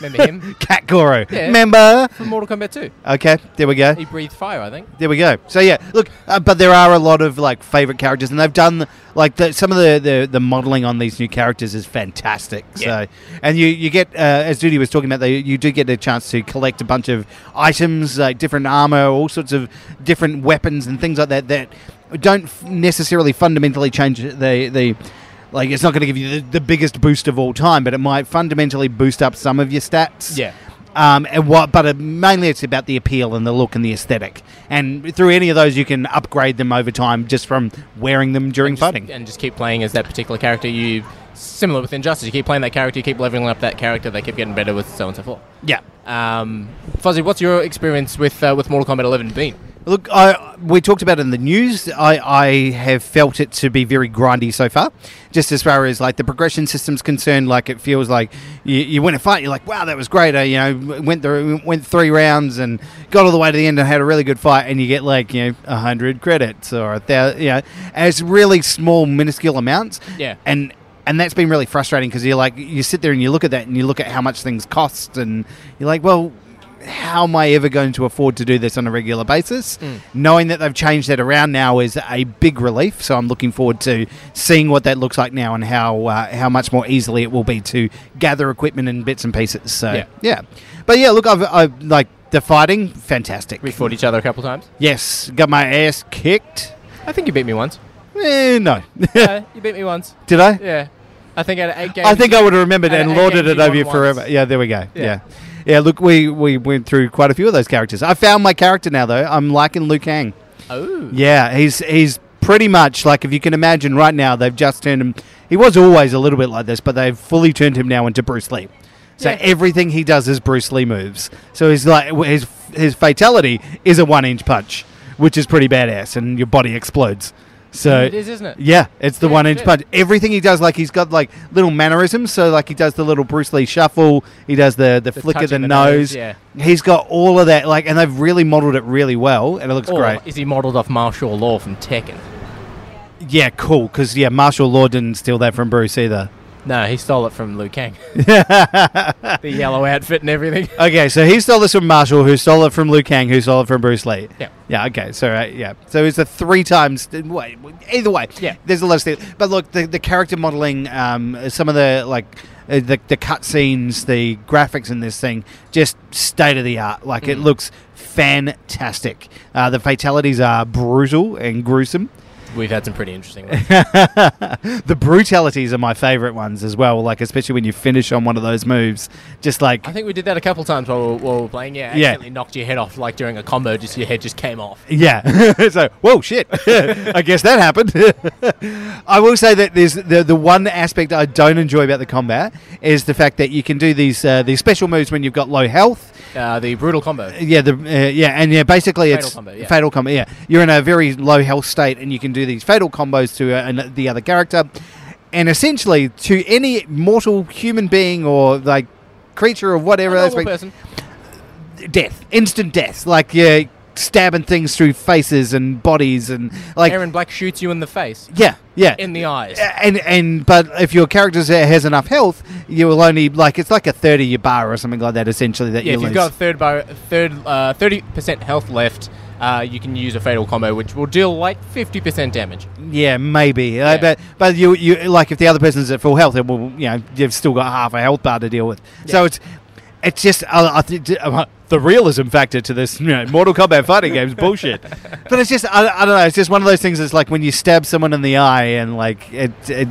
B: Remember him
C: Cat Goro.
B: Yeah.
C: Remember?
B: from Mortal Kombat 2?
C: Okay, there we go.
B: He breathed fire, I think.
C: There we go. So yeah, look, uh, but there are a lot of like favorite characters, and they've done like the, some of the, the the modeling on these new characters is fantastic.
B: Yeah.
C: So, and you you get uh, as Judy was talking about, they, you do get a chance to collect a bunch of items, like different armor, all sorts of different weapons and things like that that don't f- necessarily fundamentally change the the. Like it's not going to give you the, the biggest boost of all time, but it might fundamentally boost up some of your stats.
B: Yeah.
C: Um, and what, but uh, mainly it's about the appeal and the look and the aesthetic. And through any of those, you can upgrade them over time just from wearing them during
B: Just-
C: fighting.
B: and just keep playing as that particular character. You similar with Injustice. You keep playing that character. You keep leveling up that character. They keep getting better with so on and so forth.
C: yeah.
B: Um, Fuzzy, what's your experience with uh, with Mortal Kombat 11 been?
C: Look, I we talked about it in the news. I, I have felt it to be very grindy so far, just as far as like the progression system's concerned. Like it feels like you, you win a fight, you're like, wow, that was great. I, you know, went through went three rounds and got all the way to the end and had a really good fight, and you get like you know hundred credits or a thousand, you know, as really small, minuscule amounts.
B: Yeah.
C: and and that's been really frustrating because you're like you sit there and you look at that and you look at how much things cost and you're like well how am i ever going to afford to do this on a regular basis knowing that they've changed that around now is a big relief so i'm looking forward to seeing what that looks like now and how uh, how much more easily it will be to gather equipment and bits and pieces so
B: Yeah.
C: yeah, but yeah look i've, I've like the fighting fantastic
B: We fought each other a couple times.
C: yes got my ass kicked
B: I think you beat me
C: (laughs)
B: once.
C: eh, no (laughs)
B: uh, you beat me once.
C: did i
B: Yeah. I think out of eight games.
C: I think I would have remembered
B: And
C: and
B: it
C: lauded
B: gave
C: it
B: you
C: over you
B: one
C: forever.
B: once.
C: Yeah, there we go.
B: Yeah.
C: Yeah. yeah. look, we, we went through quite a few of those characters. I found my character now, though. I'm liking Liu Kang.
B: Oh.
C: Yeah, he's he's pretty much like, if you can imagine right now, they've just turned him. He was always a little bit like this, but they've fully turned him now into Bruce Lee. So
B: Yeah.
C: everything he does is Bruce Lee moves. So he's like, his, his fatality is a one inch punch, which is pretty badass, and your body explodes. So
B: It is, isn't it?
C: yeah, it's the
B: Yeah,
C: one
B: it
C: inch
B: is.
C: punch. Everything he does, like he's got like little mannerisms. So like he does the little Bruce Lee shuffle. He does the the, flick
B: touch
C: of the,
B: of the nose,
C: nose.
B: yeah.
C: he's got all of that. Like, and they've really modelled it really well, and it looks
B: Or
C: great.
B: is he modelled off martial law from Tekken?
C: Yeah, cool. Because yeah, martial law didn't steal that from Bruce either.
B: No, he stole it from Liu
C: (laughs)
B: Kang. the yellow outfit and everything.
C: Okay, so he stole this from Marshall, who stole it from Liu Kang, who stole it from Bruce Lee.
B: Yeah.
C: Yeah. Okay. So uh, yeah. So it's a three times. Wait. Either way.
B: Yeah.
C: There's a lot of stuff. But look, the, the character modeling, um, some of the like. uh, The, the cutscenes, the graphics in this thing, just state of the art. Like
B: Mm.
C: it looks fantastic. Uh, the fatalities are brutal and gruesome.
B: We've had some pretty interesting
C: (laughs)
B: ones.
C: the brutalities are my favorite ones as well. Like especially when you finish on one of those moves, just like
B: I think we did that a couple times while we were, while we were playing. Yeah,
C: Yeah.
B: accidentally knocked your head off like during a combo. Just your head just came off.
C: Yeah. (laughs) it's like, whoa, shit. I guess that happened. (laughs) I will say that there's the the one aspect I don't enjoy about the combat is the fact that you can do these uh, these special moves when you've got low health.
B: Uh, the brutal combo.
C: Yeah, the uh, yeah, and yeah, basically
B: Fatal
C: it's
B: combo, yeah.
C: fatal combo. Yeah, you're in a very low health state, and you can do these fatal combos to uh, an, the other character, and essentially to any mortal human being or like creature or
B: A
C: whatever
B: normal
C: aspect-
B: person.
C: death, instant death. Like yeah, stabbing things through faces and bodies and like
B: Aaron Black shoots you in the face,
C: yeah, yeah.
B: in the eyes.
C: and and but if your character has enough health, you will only like it's like a thirty year bar or something like that. Essentially, that
B: Yeah,
C: you
B: if
C: lose.
B: you've got third bar, third uh, thirty percent health left, uh, you can use a fatal combo, which will deal like fifty percent damage.
C: yeah, maybe.
B: Yeah.
C: Uh, but but you you like if the other person's at full health, it will you know you've still got half a health bar to deal with. So it's it's just uh, I think uh, the realism factor to this you know, Mortal Kombat fighting game
B: (laughs)
C: is bullshit. But it's just I, I don't know. It's just one of those things. It's like when you stab someone in the eye and like it. it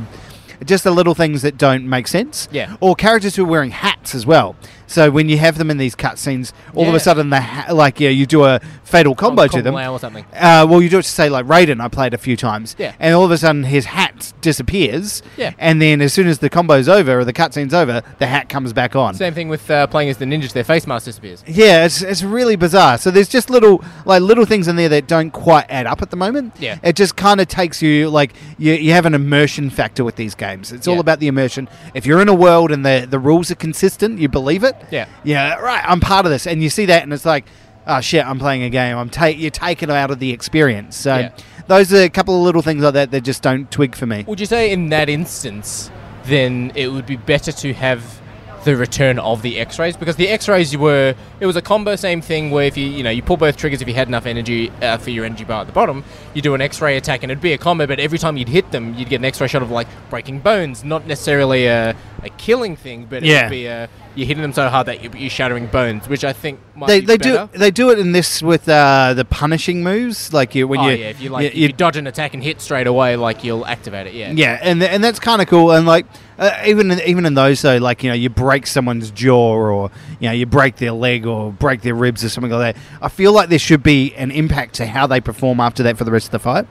C: just the little things that don't make sense.
B: Yeah.
C: Or characters who are wearing hats as well. So when you have them in these cutscenes, all of
B: Yeah.
C: a sudden the ha- like yeah, you do a fatal combo to them.
B: Lao or something.
C: Uh, well, you do it to say like Raiden. I played a few times,
B: Yeah.
C: and all of a sudden his hat disappears,
B: Yeah.
C: and then as soon as the combo's over or the cutscene's over, the hat comes back on.
B: Same thing with uh, playing as the ninjas. Their face mask disappears.
C: yeah, it's, it's really bizarre. So there's just little like little things in there that don't quite add up at the moment.
B: Yeah.
C: it just kind of takes you like you, you have an immersion factor with these games. It's
B: Yeah.
C: all about the immersion. If you're in a world and the the rules are consistent, you believe it.
B: Yeah.
C: yeah, right. I'm part of this, and you see that, and it's like, oh shit, I'm playing a game. I'm ta- you're taken out of the experience. So
B: Yeah.
C: those are a couple of little things like that that just don't twig for me.
B: Would you say in that instance, then it would be better to have the return of the X-rays because the X-rays were it was a combo same thing where if you you know you pull both triggers if you had enough energy uh, for your energy bar at the bottom you do an X-ray attack and it'd be a combo but every time you'd hit them you'd get an X-ray shot of like breaking bones not necessarily a, a killing thing but it
C: Yeah.
B: would be a you're hitting them so hard that you're, you're shattering bones which I think might
C: They,
B: be
C: they do
B: better.
C: they do it in this with uh, the punishing moves like you when
B: oh
C: you
B: yeah if you like
C: you-
B: if you dodge an attack and hit straight away like you'll activate it yeah
C: Yeah, and and that's kind of cool. And like uh, even in, even in those though, like you know, you break someone's jaw or you know you break their leg or break their ribs or something like that. I feel like there should be an impact to how they perform after that for the rest of the fight.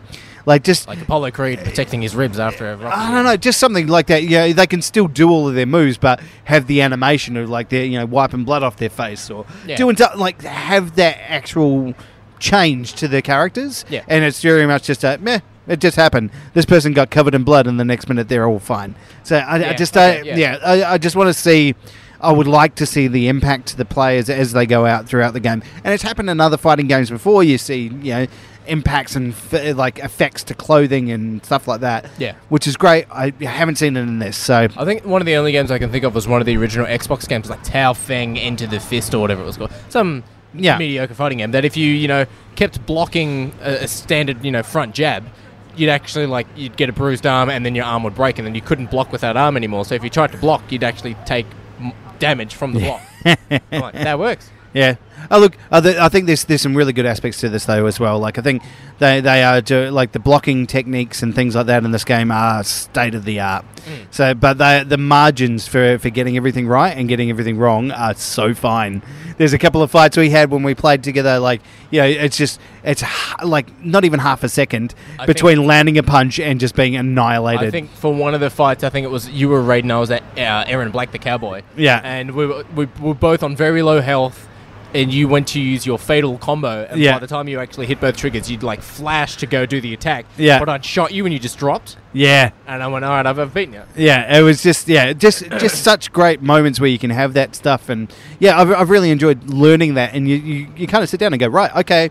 C: Like just
B: like Apollo Creed protecting his ribs after a rocket
C: I don't know, just something like that. Yeah, they can still do all of their moves, but have the animation of like they're you know wiping blood off their face or
B: Yeah.
C: doing something like have that actual change to the characters.
B: Yeah.
C: And it's very much just a meh. It just happened. This person got covered in blood, and the next minute they're all fine. So I,
B: Yeah,
C: I just,
B: okay,
C: I,
B: yeah.
C: yeah, I, I just want to see. I would like to see the impact to the players as they go out throughout the game, and it's happened in other fighting games before. You see, you know, impacts and f- like effects to clothing and stuff like that.
B: Yeah.
C: which is great. I haven't seen it in this, so
B: I think one of the only games I can think of was one of the original Xbox games, like Tao Feng Enter the Fist or whatever it was called. Some
C: Yeah.
B: mediocre fighting game that if you you know kept blocking a, a standard you know front jab, you'd actually like you'd get a bruised arm and then your arm would break and then you couldn't block with that arm anymore. So if you tried to block, you'd actually take m- damage from the
C: (laughs)
B: block. I'm like, that works.
C: Yeah. Oh, look, I, th- I think there's there's some really good aspects to this though as well. Like I think they they are do, like the blocking techniques and things like that in this game are state of the art.
B: Hmm.
C: So, but they, the margins for for getting everything right and getting everything wrong are so fine. There's a couple of fights we had when we played together. Like you know, it's just it's h- like not even half a second
B: I think-
C: between landing a punch and just being annihilated.
B: I think for one of the fights, I think it was you were Raid and I was at uh, Aaron Black, the cowboy.
C: Yeah.
B: And we were, we were both on very low health, and you went to use your fatal combo. And
C: Yeah.
B: by the time you actually hit both triggers, you'd like flash to go do the attack.
C: Yeah.
B: But I'd shot you and you just dropped.
C: yeah.
B: And I went, all right, I've, I've beaten you.
C: Yeah, it was just yeah, just just such great moments where you can have that stuff, and yeah, I've, I've really enjoyed learning that, and you, you, you kind of sit down and go right, okay,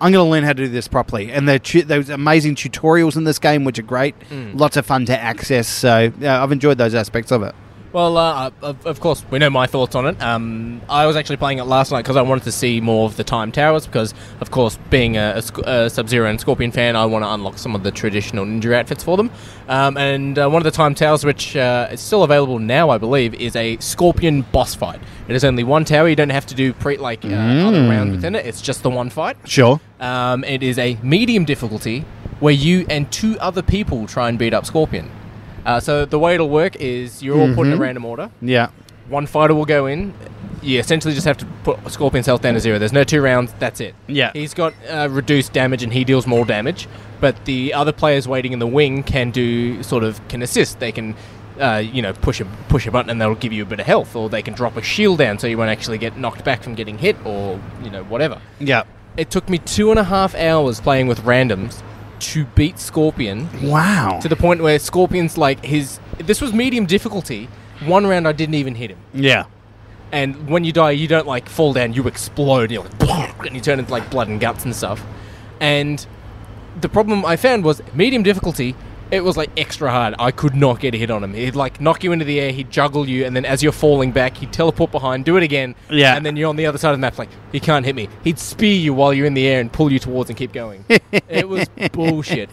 C: I'm going to learn how to do this properly, and there tu- those amazing tutorials in this game which are great,
B: Mm.
C: lots of fun to access, so yeah, I've enjoyed those aspects of it.
B: Well, uh, of, of course, we know my thoughts on it. Um, I was actually playing it last night because I wanted to see more of the Time Towers because, of course, being a, a Sc- a Sub-Zero and Scorpion fan, I want to unlock some of the traditional ninja outfits for them. Um, and uh, one of the Time Towers, which uh, is still available now, I believe, is a Scorpion boss fight. It is only one tower. You don't have to do pre like uh, other rounds within it. It's just the one fight.
C: Sure.
B: Um, it is a medium difficulty where you and two other people try and beat up Scorpion. Uh, so the way it'll work is you're all put in a random order.
C: Yeah.
B: One fighter will go in. You essentially just have to put Scorpion's health down to zero. There's no two rounds. That's it.
C: Yeah.
B: He's got uh, reduced damage and he deals more damage. But the other players waiting in the wing can do sort of can assist. They can. Uh, you know, push a push a button and they'll give you a bit of health, or they can drop a shield down so you won't actually get knocked back from getting hit, or you know, whatever.
C: Yeah.
B: It took me two and a half hours playing with randoms to beat Scorpion
C: Wow.
B: to the point where Scorpion's like his. This was medium difficulty. One round I didn't even hit him.
C: Yeah.
B: And when you die, you don't like fall down, you explode, you're like, "Blarg," and you turn into like blood and guts and stuff. And the problem I found was medium difficulty. It was like extra hard. I could not get a hit on him. He'd like knock you into the air, he'd juggle you, and then as you're falling back, he'd teleport behind, do it again,
C: Yeah.
B: and then you're on the other side of the map. Like he can't hit me. He'd spear you while you're in the air and pull you towards and keep going.
C: (laughs)
B: it was bullshit.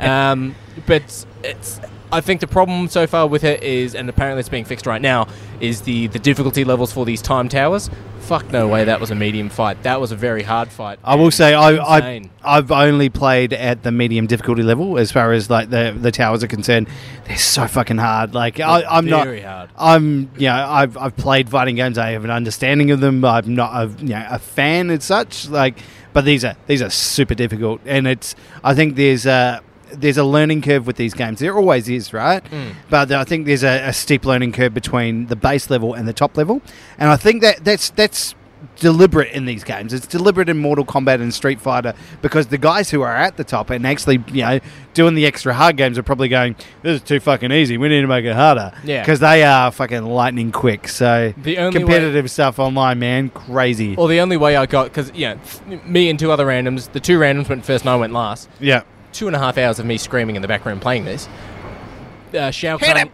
B: Um, but it's. I think the problem so far with it is, and apparently it's being fixed right now, is the the difficulty levels for these time towers. Fuck no way. That was a medium fight. That was a very hard fight.
C: I will say I, I
B: Insane.
C: I've only played at the medium difficulty level as far as like the the towers are concerned. They're so fucking hard. Like I, I'm
B: very
C: not.
B: hard.
C: I'm you know I've I've played fighting games. I have an understanding of them. I'm not a, you know, a fan as such. Like, but these are these are super difficult, and it's I think there's a there's a learning curve with these games. There always is, right?
B: Hmm.
C: But I think there's a, a steep learning curve between the base level and the top level, and I think that that's that's deliberate in these games. It's deliberate in Mortal Kombat and Street Fighter because the guys who are at the top and actually, you know, doing the extra hard games are probably going, "This is too fucking easy. We need to make it harder."
B: Yeah.
C: because they are fucking lightning quick. So
B: The only
C: competitive stuff online, man, crazy.
B: Well, the only way I got because you know, th- me and two other randoms, the two randoms went first and I went last.
C: yeah,
B: Two and a half hours of me screaming in the background playing this. Uh, Shao Kahn,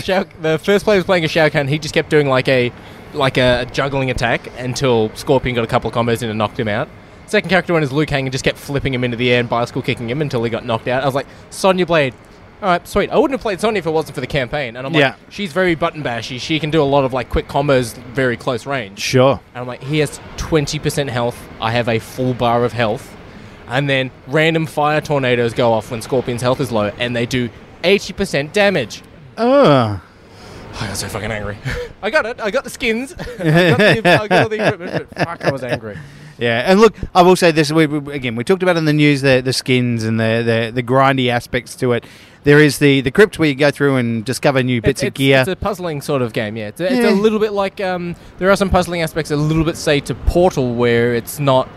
B: Shao, the first player was playing a Shao Kahn. He just kept doing like a like a juggling attack until Scorpion got a couple of combos in and knocked him out. Second character went as Liu Kang and just kept flipping him into the air and bicycle kicking him until he got knocked out. I was like, Sonya Blade. All right, sweet. I wouldn't have played Sonya if it wasn't for the campaign. And I'm like,
C: Yeah.
B: she's very button bashy. She can do a lot of like quick combos, very close range.
C: sure.
B: And I'm like, he has 20% health. I have a full bar of health. And then random fire tornadoes go off when Scorpion's health is low and they do 80% damage.
C: Oh,
B: I got so fucking angry. (laughs) I got it. I got the skins. (laughs) I, got the, I got all the equipment, but fuck, I was angry.
C: yeah. And look, I will say this: we, we, again, we talked about in the news the the skins and the the, the grindy aspects to it. There is the the crypt where you go through and discover new bits of gear.
B: It's a puzzling sort of game, yeah. It's a, it's a
C: Yeah.
B: little bit like um, there are some puzzling aspects, a little bit say to Portal, where it's not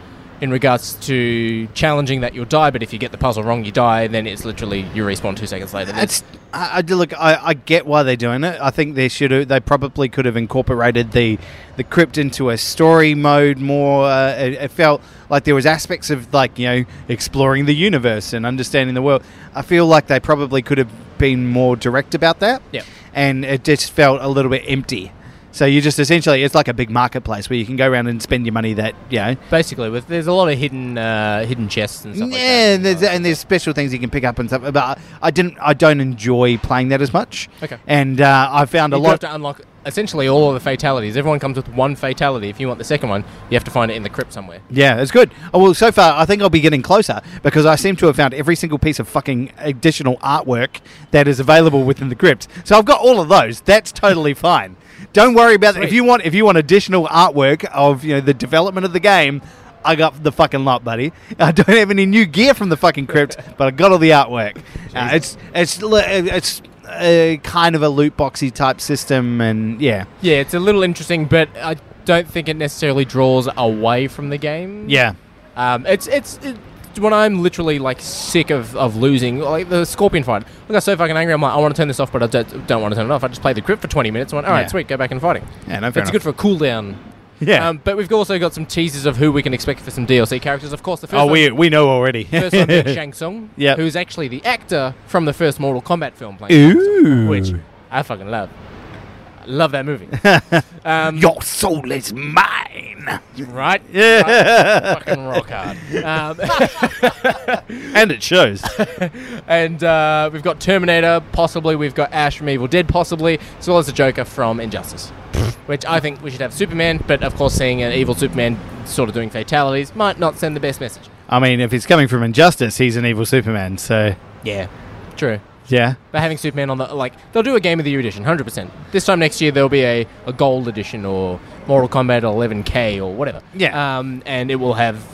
B: in regards to challenging that you'll die, but if you get the puzzle wrong, you die, and then it's literally you respawn two seconds later. That's
C: It's, I, I do- look. I, I get why they're doing it. I think they should. have They probably could have incorporated the the crypt into a story mode more. Uh, it, it felt like there was aspects of like you know exploring the universe and understanding the world. I feel like they probably could have been more direct about that.
B: Yep.
C: And it just felt a little bit empty. So you just essentially it's like a big marketplace where you can go around and spend your money that you know
B: basically with there's a lot of hidden uh, hidden chests and stuff like that.
C: yeah, and there's, and there's special things you can pick up and stuff. But I- I didn't. I don't enjoy playing that as much.
B: Okay.
C: And uh, I found
B: You
C: a
B: do
C: lot.
B: have to unlock essentially all of the fatalities. Everyone comes with one fatality. If you want the second one, you have to find it in the crypt somewhere.
C: yeah, it's good. Oh, well, so far I think I'll be getting closer because I seem to have found every single piece of fucking additional artwork that is available within the crypt. So I've got all of those. That's totally fine. Don't worry about that. If
B: Sweet.
C: you want, if you want additional artwork of you know the development of the game. I got the fucking lot, buddy. (laughs) I don't have any new gear from the
B: (laughs)
C: fucking crypt, but I got all the artwork. Uh, it's it's li- it's a kind of a loot boxy type system, and yeah,
B: Yeah, it's a little interesting, but I don't think it necessarily draws away from the game.
C: yeah,
B: Um, it's it's it, when I'm literally like sick of, of losing, like the scorpion fight. I got so fucking angry. I'm like, I want to turn this off, but I don't, don't want to turn it off. I just played the crypt for 20 minutes. I went, all right,
C: Yeah.
B: sweet, go back and fighting.
C: Yeah, no,
B: it's
C: fair
B: good for a cooldown.
C: yeah.
B: Um, but we've also got some teasers of who we can expect for some DLC characters. Of course, the first
C: oh,
B: one-
C: we we know already.
B: first
C: (laughs)
B: one being Shang Tsung,
C: Yep.
B: who's actually the actor from the first Mortal Kombat film, playing Shang Tsung,
C: Ooh,
B: which I fucking love. I love that
C: (laughs)
B: movie. (laughs) um,
D: Your soul is mine.
B: right?
C: (laughs) yeah,
B: fucking rock hard. Um, (laughs)
C: and it shows. (laughs)
B: and uh, we've got Terminator, possibly. We've got Ash from Evil Dead, possibly, as well as the Joker from Injustice.
C: (laughs)
B: Which I think we should have Superman, but of course, seeing an evil Superman sort of doing fatalities might not send the best message.
C: I mean, if it's coming from injustice, he's an evil Superman. So
B: Yeah, true.
C: yeah,
B: But having Superman on the like, they'll do a Game of the Year edition, hundred percent. This time next year, there'll be a, a Gold edition or Mortal Kombat 11K or whatever.
C: Yeah.
B: Um, and it will have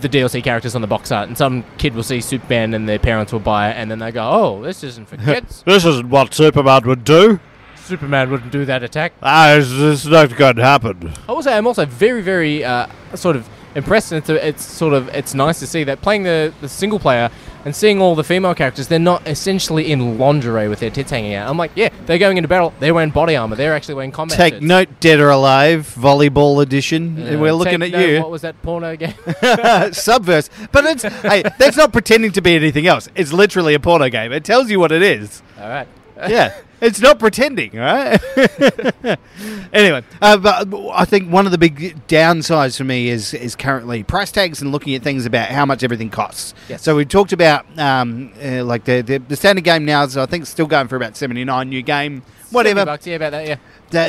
B: the DLC characters on the box art, and some kid will see Superman, and their parents will buy it, and then they go, "Oh, this isn't (laughs) for kids.
C: this isn't what Superman would do.
B: Superman wouldn't do that attack."
C: Ah, this is not going to happen.
B: I will say I'm also very, very uh, sort of impressed. And it's, a- it's sort of it's nice to see that playing the, the single player and seeing all the female characters, they're not essentially in lingerie with their tits hanging out. I'm like, yeah, they're going into battle. They're wearing body armor. They're actually wearing combat.
C: Take
B: shirts.
C: note, Dead or Alive, Volleyball Edition.
B: Uh,
C: and We're looking
B: take
C: at
B: note,
C: you.
B: What was that porno game?
C: (laughs) Subverse. But it's hey, that's not pretending to be anything else. It's literally a porno game. It tells you what it is.
B: (laughs) all right.
C: Yeah. It's not pretending, all right? (laughs) anyway, uh, but I think one of the big downsides for me is is currently price tags and looking at things about how much everything costs.
B: Yes.
C: So we talked about um, uh, like the, the the standard game now is I think still going for about seventy nine. New game,
B: $70
C: whatever.
B: bucks, yeah, about that. Yeah.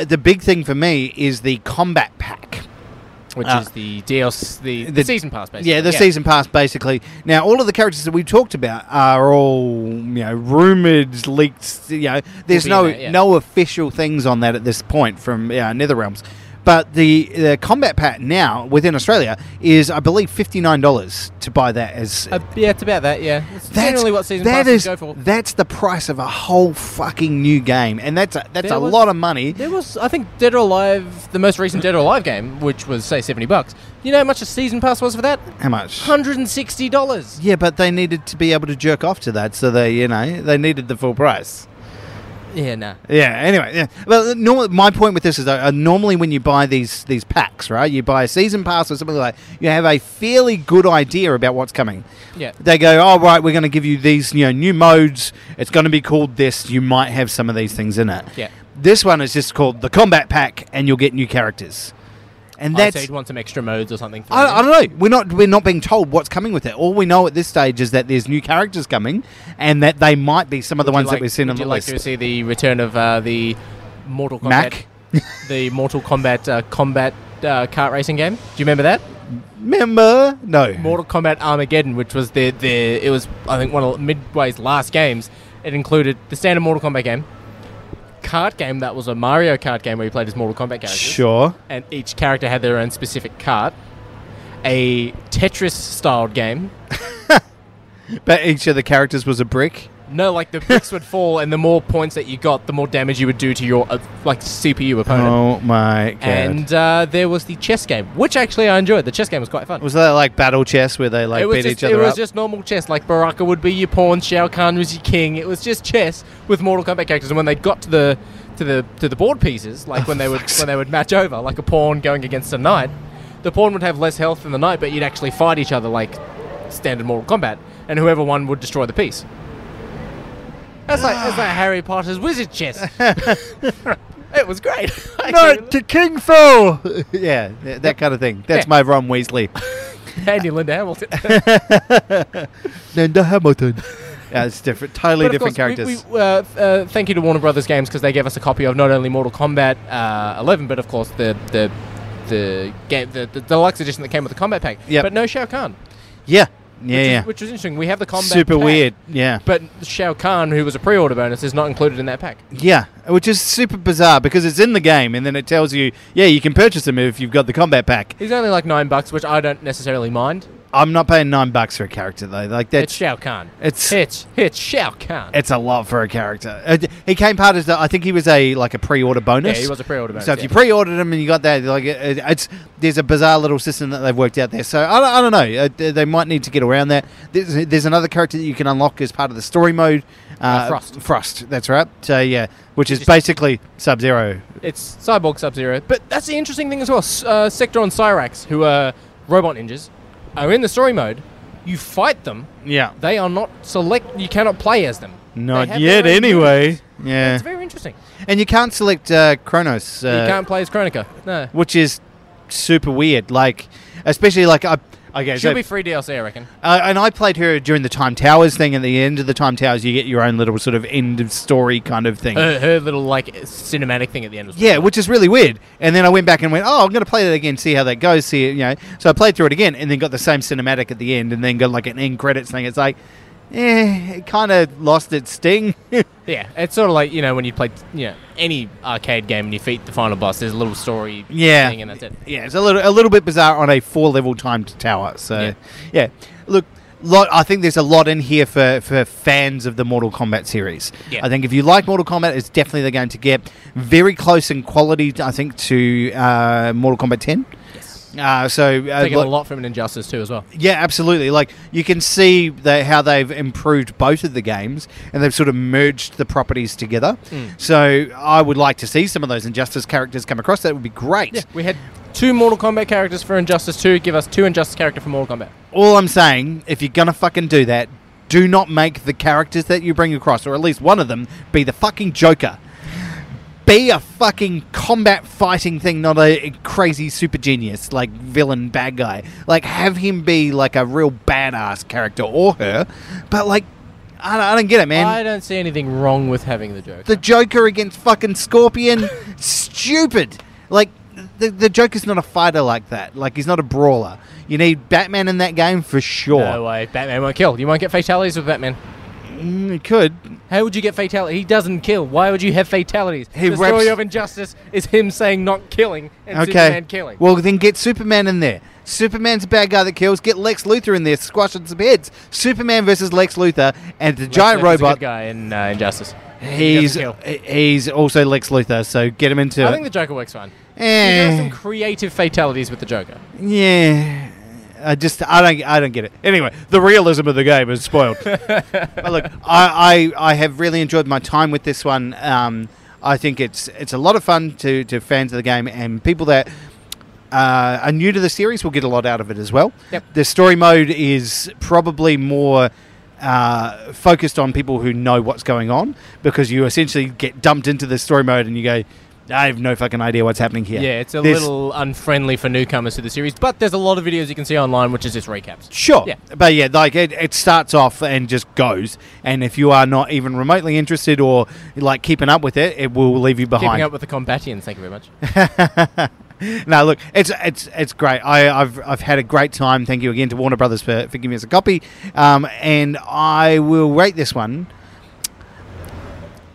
C: The the big thing for me is the combat pack.
B: Which
C: Uh,
B: is the DLC, the, the,
C: the-
B: season pass, basically.
C: Yeah, the season pass basically. Now, all of the characters that we talked about are all you know rumored, leaked. You know, there's
B: be
C: no
B: in that, yeah.
C: no official things on that at this point from uh, Nether Realms. But the, the combat pack now within Australia is, I believe, fifty nine dollars to buy that as.
B: Uh, yeah, it's about that. Yeah. That's generally what season
C: that
B: passes
C: is-
B: go for.
C: That's the price of a whole fucking new game, and that's a, that's
B: There
C: a
B: was-
C: lot of money.
B: There was, I think, Dead or Alive, the most recent Dead or Alive game, which was say seventy bucks. You know how much a season pass was for that?
C: How much?
B: Hundred and sixty dollars.
C: Yeah, but they needed to be able to jerk off to that, so they you know they needed the full price.
B: Yeah, nah.
C: Yeah. Anyway, yeah. Well, normal, my point with this is uh, normally when you buy these these packs, right? You buy a season pass or something like that. You have a fairly good idea about what's coming.
B: Yeah.
C: They go, oh, right, we're going to give you these you know new modes. It's going to be called this. You might have some of these things in it.
B: Yeah.
C: This one is just called the combat pack, and you'll get new characters. And
B: I'd
C: that's
B: say you'd want some extra modes or something. thrown
C: I, I
B: in.
C: don't know. We're not we're not being told what's coming with it. All we know at this stage is that there's new characters coming, and that they might be some of the
B: Would you
C: ones
B: like-
C: that we've seen
B: would
C: on the
B: you like
C: list.
B: to see the return of uh, the Mortal Kombat,
C: Mac?
B: the Mortal Kombat uh, combat uh, kart racing game? Do you remember that?
C: Remember? No.
B: Mortal Kombat Armageddon, which was their their it was I think one of Midway's last games. It included the standard Mortal Kombat game, kart game that was a Mario Kart game where you played as Mortal Kombat characters.
C: Sure.
B: and each character had their own specific cart. A Tetris styled game.
C: But each of the characters was a brick.
B: No, like the bricks
C: (laughs)
B: would fall, and the more points that you got, the more damage you would do to your uh, like CPU opponent.
C: Oh my god.
B: and uh, there was the chess game, which actually I enjoyed. The chess game was quite fun.
C: was that like battle chess where they like
B: it was
C: beat
B: just,
C: each other
B: It was
C: up?
B: just normal chess. Like Baraka would be your pawn, Shao Kahn was your king. It was just chess with Mortal Kombat characters. And when they got to the to the to the board pieces, like when they
C: (laughs)
B: would when they would match over, like a pawn going against a knight, the pawn would have less health than the knight, but you'd actually fight each other like standard Mortal Kombat, and whoever won would destroy the piece. That's like that's like Harry Potter's wizard
C: (laughs)
B: chess. (laughs) it was great. (laughs) I actually-
C: to King Phil. (laughs) yeah, th- that kind of thing. That's
B: Yeah.
C: my
B: (laughs)
C: Ron Weasley.
B: Andy Linda Hamilton.
C: Linda Hamilton. yeah, it's different,
B: But
C: totally
B: of
C: different
B: course,
C: characters.
B: We, we, uh, uh, thank you to Warner Brothers Games because they gave us a copy of not only Mortal Kombat uh, 11, but of course the the the game the, the deluxe edition that came with the combat pack.
C: Yep.
B: But no Shao Kahn.
C: yeah,
B: Which
C: yeah, yeah.
B: Is, which was interesting. We have the combat.
C: Super
B: pack,
C: weird. Yeah,
B: But Shao Kahn, who was a pre-order bonus, is not included in that pack.
C: yeah, which is super bizarre because it's in the game and then it tells you, yeah, you can purchase them if you've got the combat pack.
B: He's only like nine bucks, which I don't necessarily mind.
C: I'm not paying nine bucks for a character though. Like
B: It's,
C: that's
B: Shao Kahn.
C: it's
B: It's it's Shao Kahn.
C: it's a lot for a character. Uh, d- he came part as the, I think he was a like a pre-order bonus.
B: Yeah, he was a pre-order bonus,
C: So if
B: yeah.
C: you pre-ordered him and you got that, like it, it's there's a bizarre little system that they've worked out there. So I don't, I don't know. Uh, th- they might need to get around that. There's, there's another character that you can unlock as part of the story mode. Uh,
B: Frost.
C: Frost. That's right. So yeah, which is
B: just-
C: basically Sub Zero.
B: It's Cyborg Sub Zero. But that's the interesting thing as well. S- Uh, Sector and Cyrax, who are robot ninjas, are in the story mode. You fight them.
C: Yeah.
B: They are not select. You cannot play as them. They
C: Not
B: have
C: yet,
B: their own
C: anyway. (laughs)
B: units.
C: Yeah.
B: It's very interesting.
C: And you can't select uh, Kronos. Uh,
B: you can't play as Chronica. No.
C: Which is super weird. Like, especially like I. Okay,
B: She'll
C: so
B: be free DLC, I reckon.
C: Uh, and I played her during the Time Towers thing. At the end of the Time Towers, you get your own little sort of end of story kind of thing.
B: Her, her little like cinematic thing at the end. Was
C: yeah, which is really weird. And then I went back and went, oh, I'm going to play that again, see how that goes. See, you know. So I played through it again, and then got the same cinematic at the end, and then got like an end credits thing. It's like, eh, it kind of lost its sting. (laughs)
B: yeah. It's sort of like you know when you play you know, any arcade game and you defeat the final boss. There's a little story
C: yeah,
B: thing and that's it.
C: Yeah, it's a little a little bit bizarre on a four level timed tower. So
B: Yeah.
C: yeah, look. Lot, I think there's a lot in here for, for fans of the Mortal Kombat series.
B: Yeah.
C: I think if you like Mortal Kombat, it's definitely the game to get. Very close in quality, I think, to uh, Mortal Kombat 10.
B: Yes.
C: Uh, so uh,
B: Taking a
C: lo-
B: lot from an injustice too as well.
C: yeah, absolutely. Like you can see the, how they've improved both of the games, and they've sort of merged the properties together.
B: Hmm.
C: So I would like to see some of those Injustice characters come across. That would be great.
B: Yeah, we had two Mortal Kombat characters for Injustice 2. Give us two Injustice character for Mortal Kombat.
C: All I'm saying, if you're gonna fucking do that, do not make the characters that you bring across, or at least one of them, be the fucking Joker. Be a fucking combat fighting thing, not a crazy super genius, like villain bad guy. Like, have him be like a real badass character or her, but like, I don't, I don't get it, man.
B: I don't see anything wrong with having the joke.
C: the Joker against fucking
B: (laughs)
C: Scorpion, stupid. Like the the Joker's not a fighter like that. Like he's not a brawler. You need Batman in that game for sure.
B: no way. Batman won't kill. You won't get fatalities with Batman.
C: Mm, it could.
B: How would you get fatality? He doesn't kill. Why would you have fatalities?
C: He
B: the
C: raps-
B: story of Injustice is him saying not killing and
C: Okay.
B: Superman killing.
C: Well, then get Superman in there. Superman's a bad guy that kills. Get Lex Luthor in there, squashing some heads. Superman versus Lex Luthor and the giant
B: Lex Luthor's a good
C: robot.
B: guy in uh, Injustice. He
C: he's
B: doesn't kill.
C: he's also Lex Luthor, so get him into
B: I
C: it.
B: think the Joker works fine.
C: Eh.
B: There's some creative fatalities with the Joker.
C: Yeah. I just I don't I don't get it. Anyway, the realism of the game
B: (laughs)
C: is spoiled. but look, I, I I have really enjoyed my time with this one. Um, I think it's it's a lot of fun to to fans of the game and people that uh, are new to the series will get a lot out of it as well.
B: Yep.
C: The story mode is probably more uh, focused on people who know what's going on because you essentially get dumped into the story mode and you go, I have no fucking idea what's happening here.
B: Yeah, it's a
C: There's-
B: little unfriendly for newcomers to the series, but there's a lot of videos you can see online, which is just recaps.
C: Sure.
B: Yeah.
C: But yeah, like it, it starts off and just goes. And if you are not even remotely interested or like keeping up with it, it will leave you
B: Keeping
C: behind.
B: up with the Combatians, thank you very much.
C: no, look, it's it's it's great. I, I've I've had a great time. Thank you again to Warner Brothers for, for giving us a copy. Um, and I will rate this one.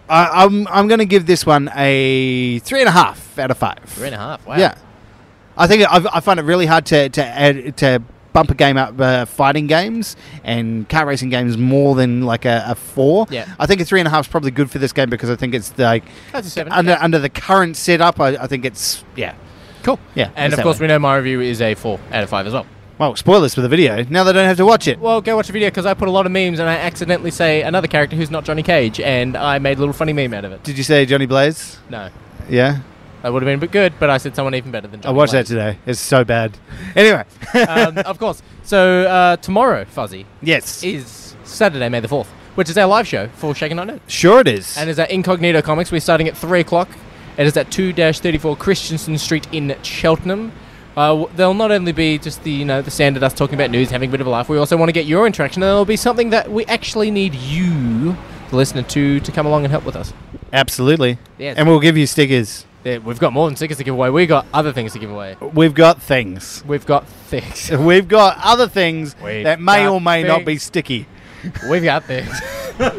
C: I, I'm I'm going to give this one a three and a half out of five.
B: Three and a half. Wow.
C: Yeah, I think I've, I find it really hard to to add, to bumper game up uh, fighting games and car racing games more than like a, a four.
B: Yeah.
C: I think a three and a half is probably good for this game because I think it's like
B: That's a seven,
C: under under the current setup. I, I think it's yeah.
B: Cool.
C: Yeah,
B: And
C: it's
B: of
C: that
B: course,
C: way.
B: we know my review is a four out of five as well.
C: Well, spoilers for the video. Now they don't have to watch it.
B: Well, go watch the video because I put a lot of memes and I accidentally say another character who's not Johnny Cage, and I made a little funny meme out of it.
C: Did you say Johnny Blaze?
B: No,
C: Yeah,
B: that would have been a bit good, but I said someone even better than
C: I
B: Johnny.
C: watched that
B: Blaze.
C: today. It's so bad.
B: (laughs)
C: Anyway,
B: um, of course. So uh, tomorrow, Fuzzy
C: yes,
B: is Saturday, May the fourth, which is our live show for Shaken Not Nerd,
C: sure it is.
B: and it's at Incognito Comics. We're starting at three o'clock. It is at two thirty-four Christensen Street in Cheltenham. Uh, w- there'll not only be just the you know the standard us talking about news, having a bit of a laugh. We also want to get your interaction, and there'll be something that we actually need you, the listener, to to come along and help with us.
C: Absolutely.
B: Yes.
C: And we'll give you stickers.
B: Yeah, we've got more than stickers to give away. We've got other things to give away.
C: We've got things.
B: We've got things.
C: (laughs) We've got other things
B: We've
C: that may
B: got
C: or may not be
B: things.
C: sticky.
B: We've got things.
C: (laughs)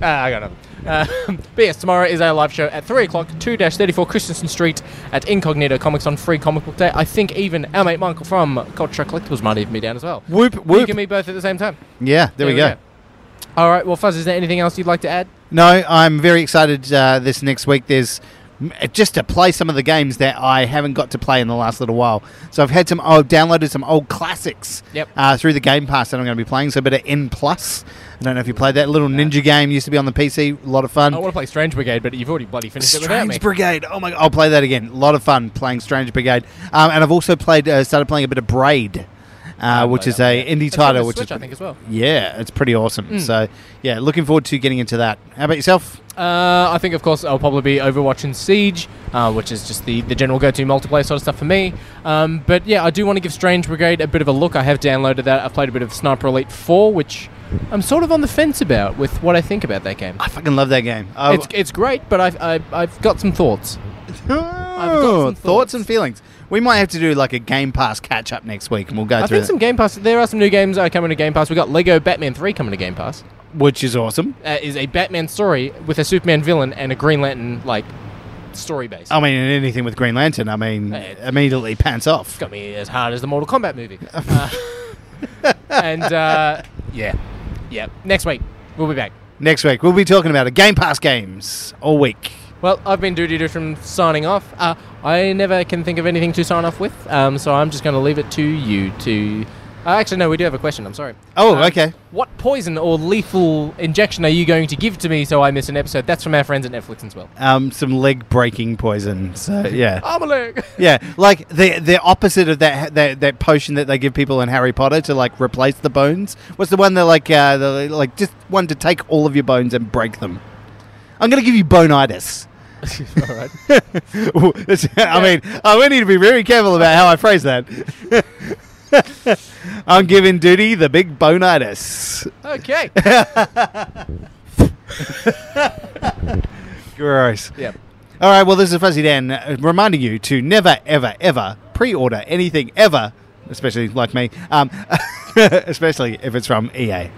B: Ah, I got nothing. Um, but yes, tomorrow is our live show at 3 o'clock, 2 34 Christensen Street at Incognito Comics on Free Comic Book Day. I think even our mate Michael from Culture Collectibles might even be down as well.
C: Whoop
B: You
C: whoop.
B: can be both at the same time.
C: yeah, there, we, go.
B: All right, well, Fuzz, is there anything else you'd like to add?
C: No, I'm very excited. Uh, this next week, there's m- just to play some of the games that I haven't got to play in the last little while. So I've had some. I've downloaded some old classics
B: Yep.
C: uh, through the Game Pass that I'm going to be playing. So a bit of N Plus. I don't know if you played that little ninja game. Used to be on the PC. A lot of fun.
B: I want to play Strange Brigade, but you've already bloody finished it without me.
C: Strange Brigade. Oh my! God. I'll play that again. A lot of fun playing Strange Brigade. Um, and I've also played, uh, started playing a bit of Braid,
B: Oh,
C: uh, which is a indie
B: It's on Hmm.
C: title,
B: the
C: which
B: Switch,
C: is
B: I think, as well.
C: yeah, it's pretty awesome. So yeah, looking forward to getting into that. How about yourself?
B: Uh, I think, of course, I'll probably be Overwatch and Siege, uh, which is just the, the general go to multiplayer sort of stuff for me. Um, but yeah, I do want to give Strange Brigade a bit of a look. I have downloaded that. I've played a bit of Sniper Elite 4, which I'm sort of on the fence about with what I think about that game.
C: I fucking love that game. Oh, I-
B: It's, it's great, but I've, I've, I've got some thoughts. got
C: Oh,
B: some
C: thoughts. and feelings. We might have to do like a Game Pass catch up next week, and we'll go
B: I
C: through
B: think some Game Pass, there are some new games uh, coming to Game Pass. we got Lego Batman 3 coming to Game Pass.
C: that, which is awesome.
B: Uh, is a Batman story with a Superman villain and a Green Lantern, like, story base.
C: I mean, and anything with Green Lantern, I mean,
B: Hey.
C: immediately pants off.
B: got me as hard as the Mortal Kombat (laughs) movie. Uh, and uh, yeah, yeah. Next week we'll be back.
C: Next week, we'll be talking about a Game Pass games all week.
B: Well, I've been Doody Doo from signing off. Uh, I never can think of anything to sign off with, um, so I'm just going to leave it to you to. Uh, actually, no, we do have a question. I'm sorry.
C: Oh,
B: Um,
C: okay.
B: What poison or lethal injection are you going to give to me so I miss an episode? That's from our friends at Netflix (laughs) as well.
C: Um, some leg breaking poison. So yeah,
B: Armalek!
C: yeah, like the the opposite of that that that potion that they give people in Harry Potter to like replace the bones. What's the one that like uh, the, like just one to take all of your bones and break them? I'm gonna give you boneitis.
B: All right.
C: Ooh, (laughs) it's- I mean, I we need to be very careful about how I phrase that. (laughs) I'm giving Duty the big bonitis.
B: (laughs) Okay.
C: Gross.
B: yep.
C: All right, well, this is Fuzzy Dan uh, reminding you to never, ever, ever pre (laughs) order anything ever, especially like me, um, especially if it's from EA.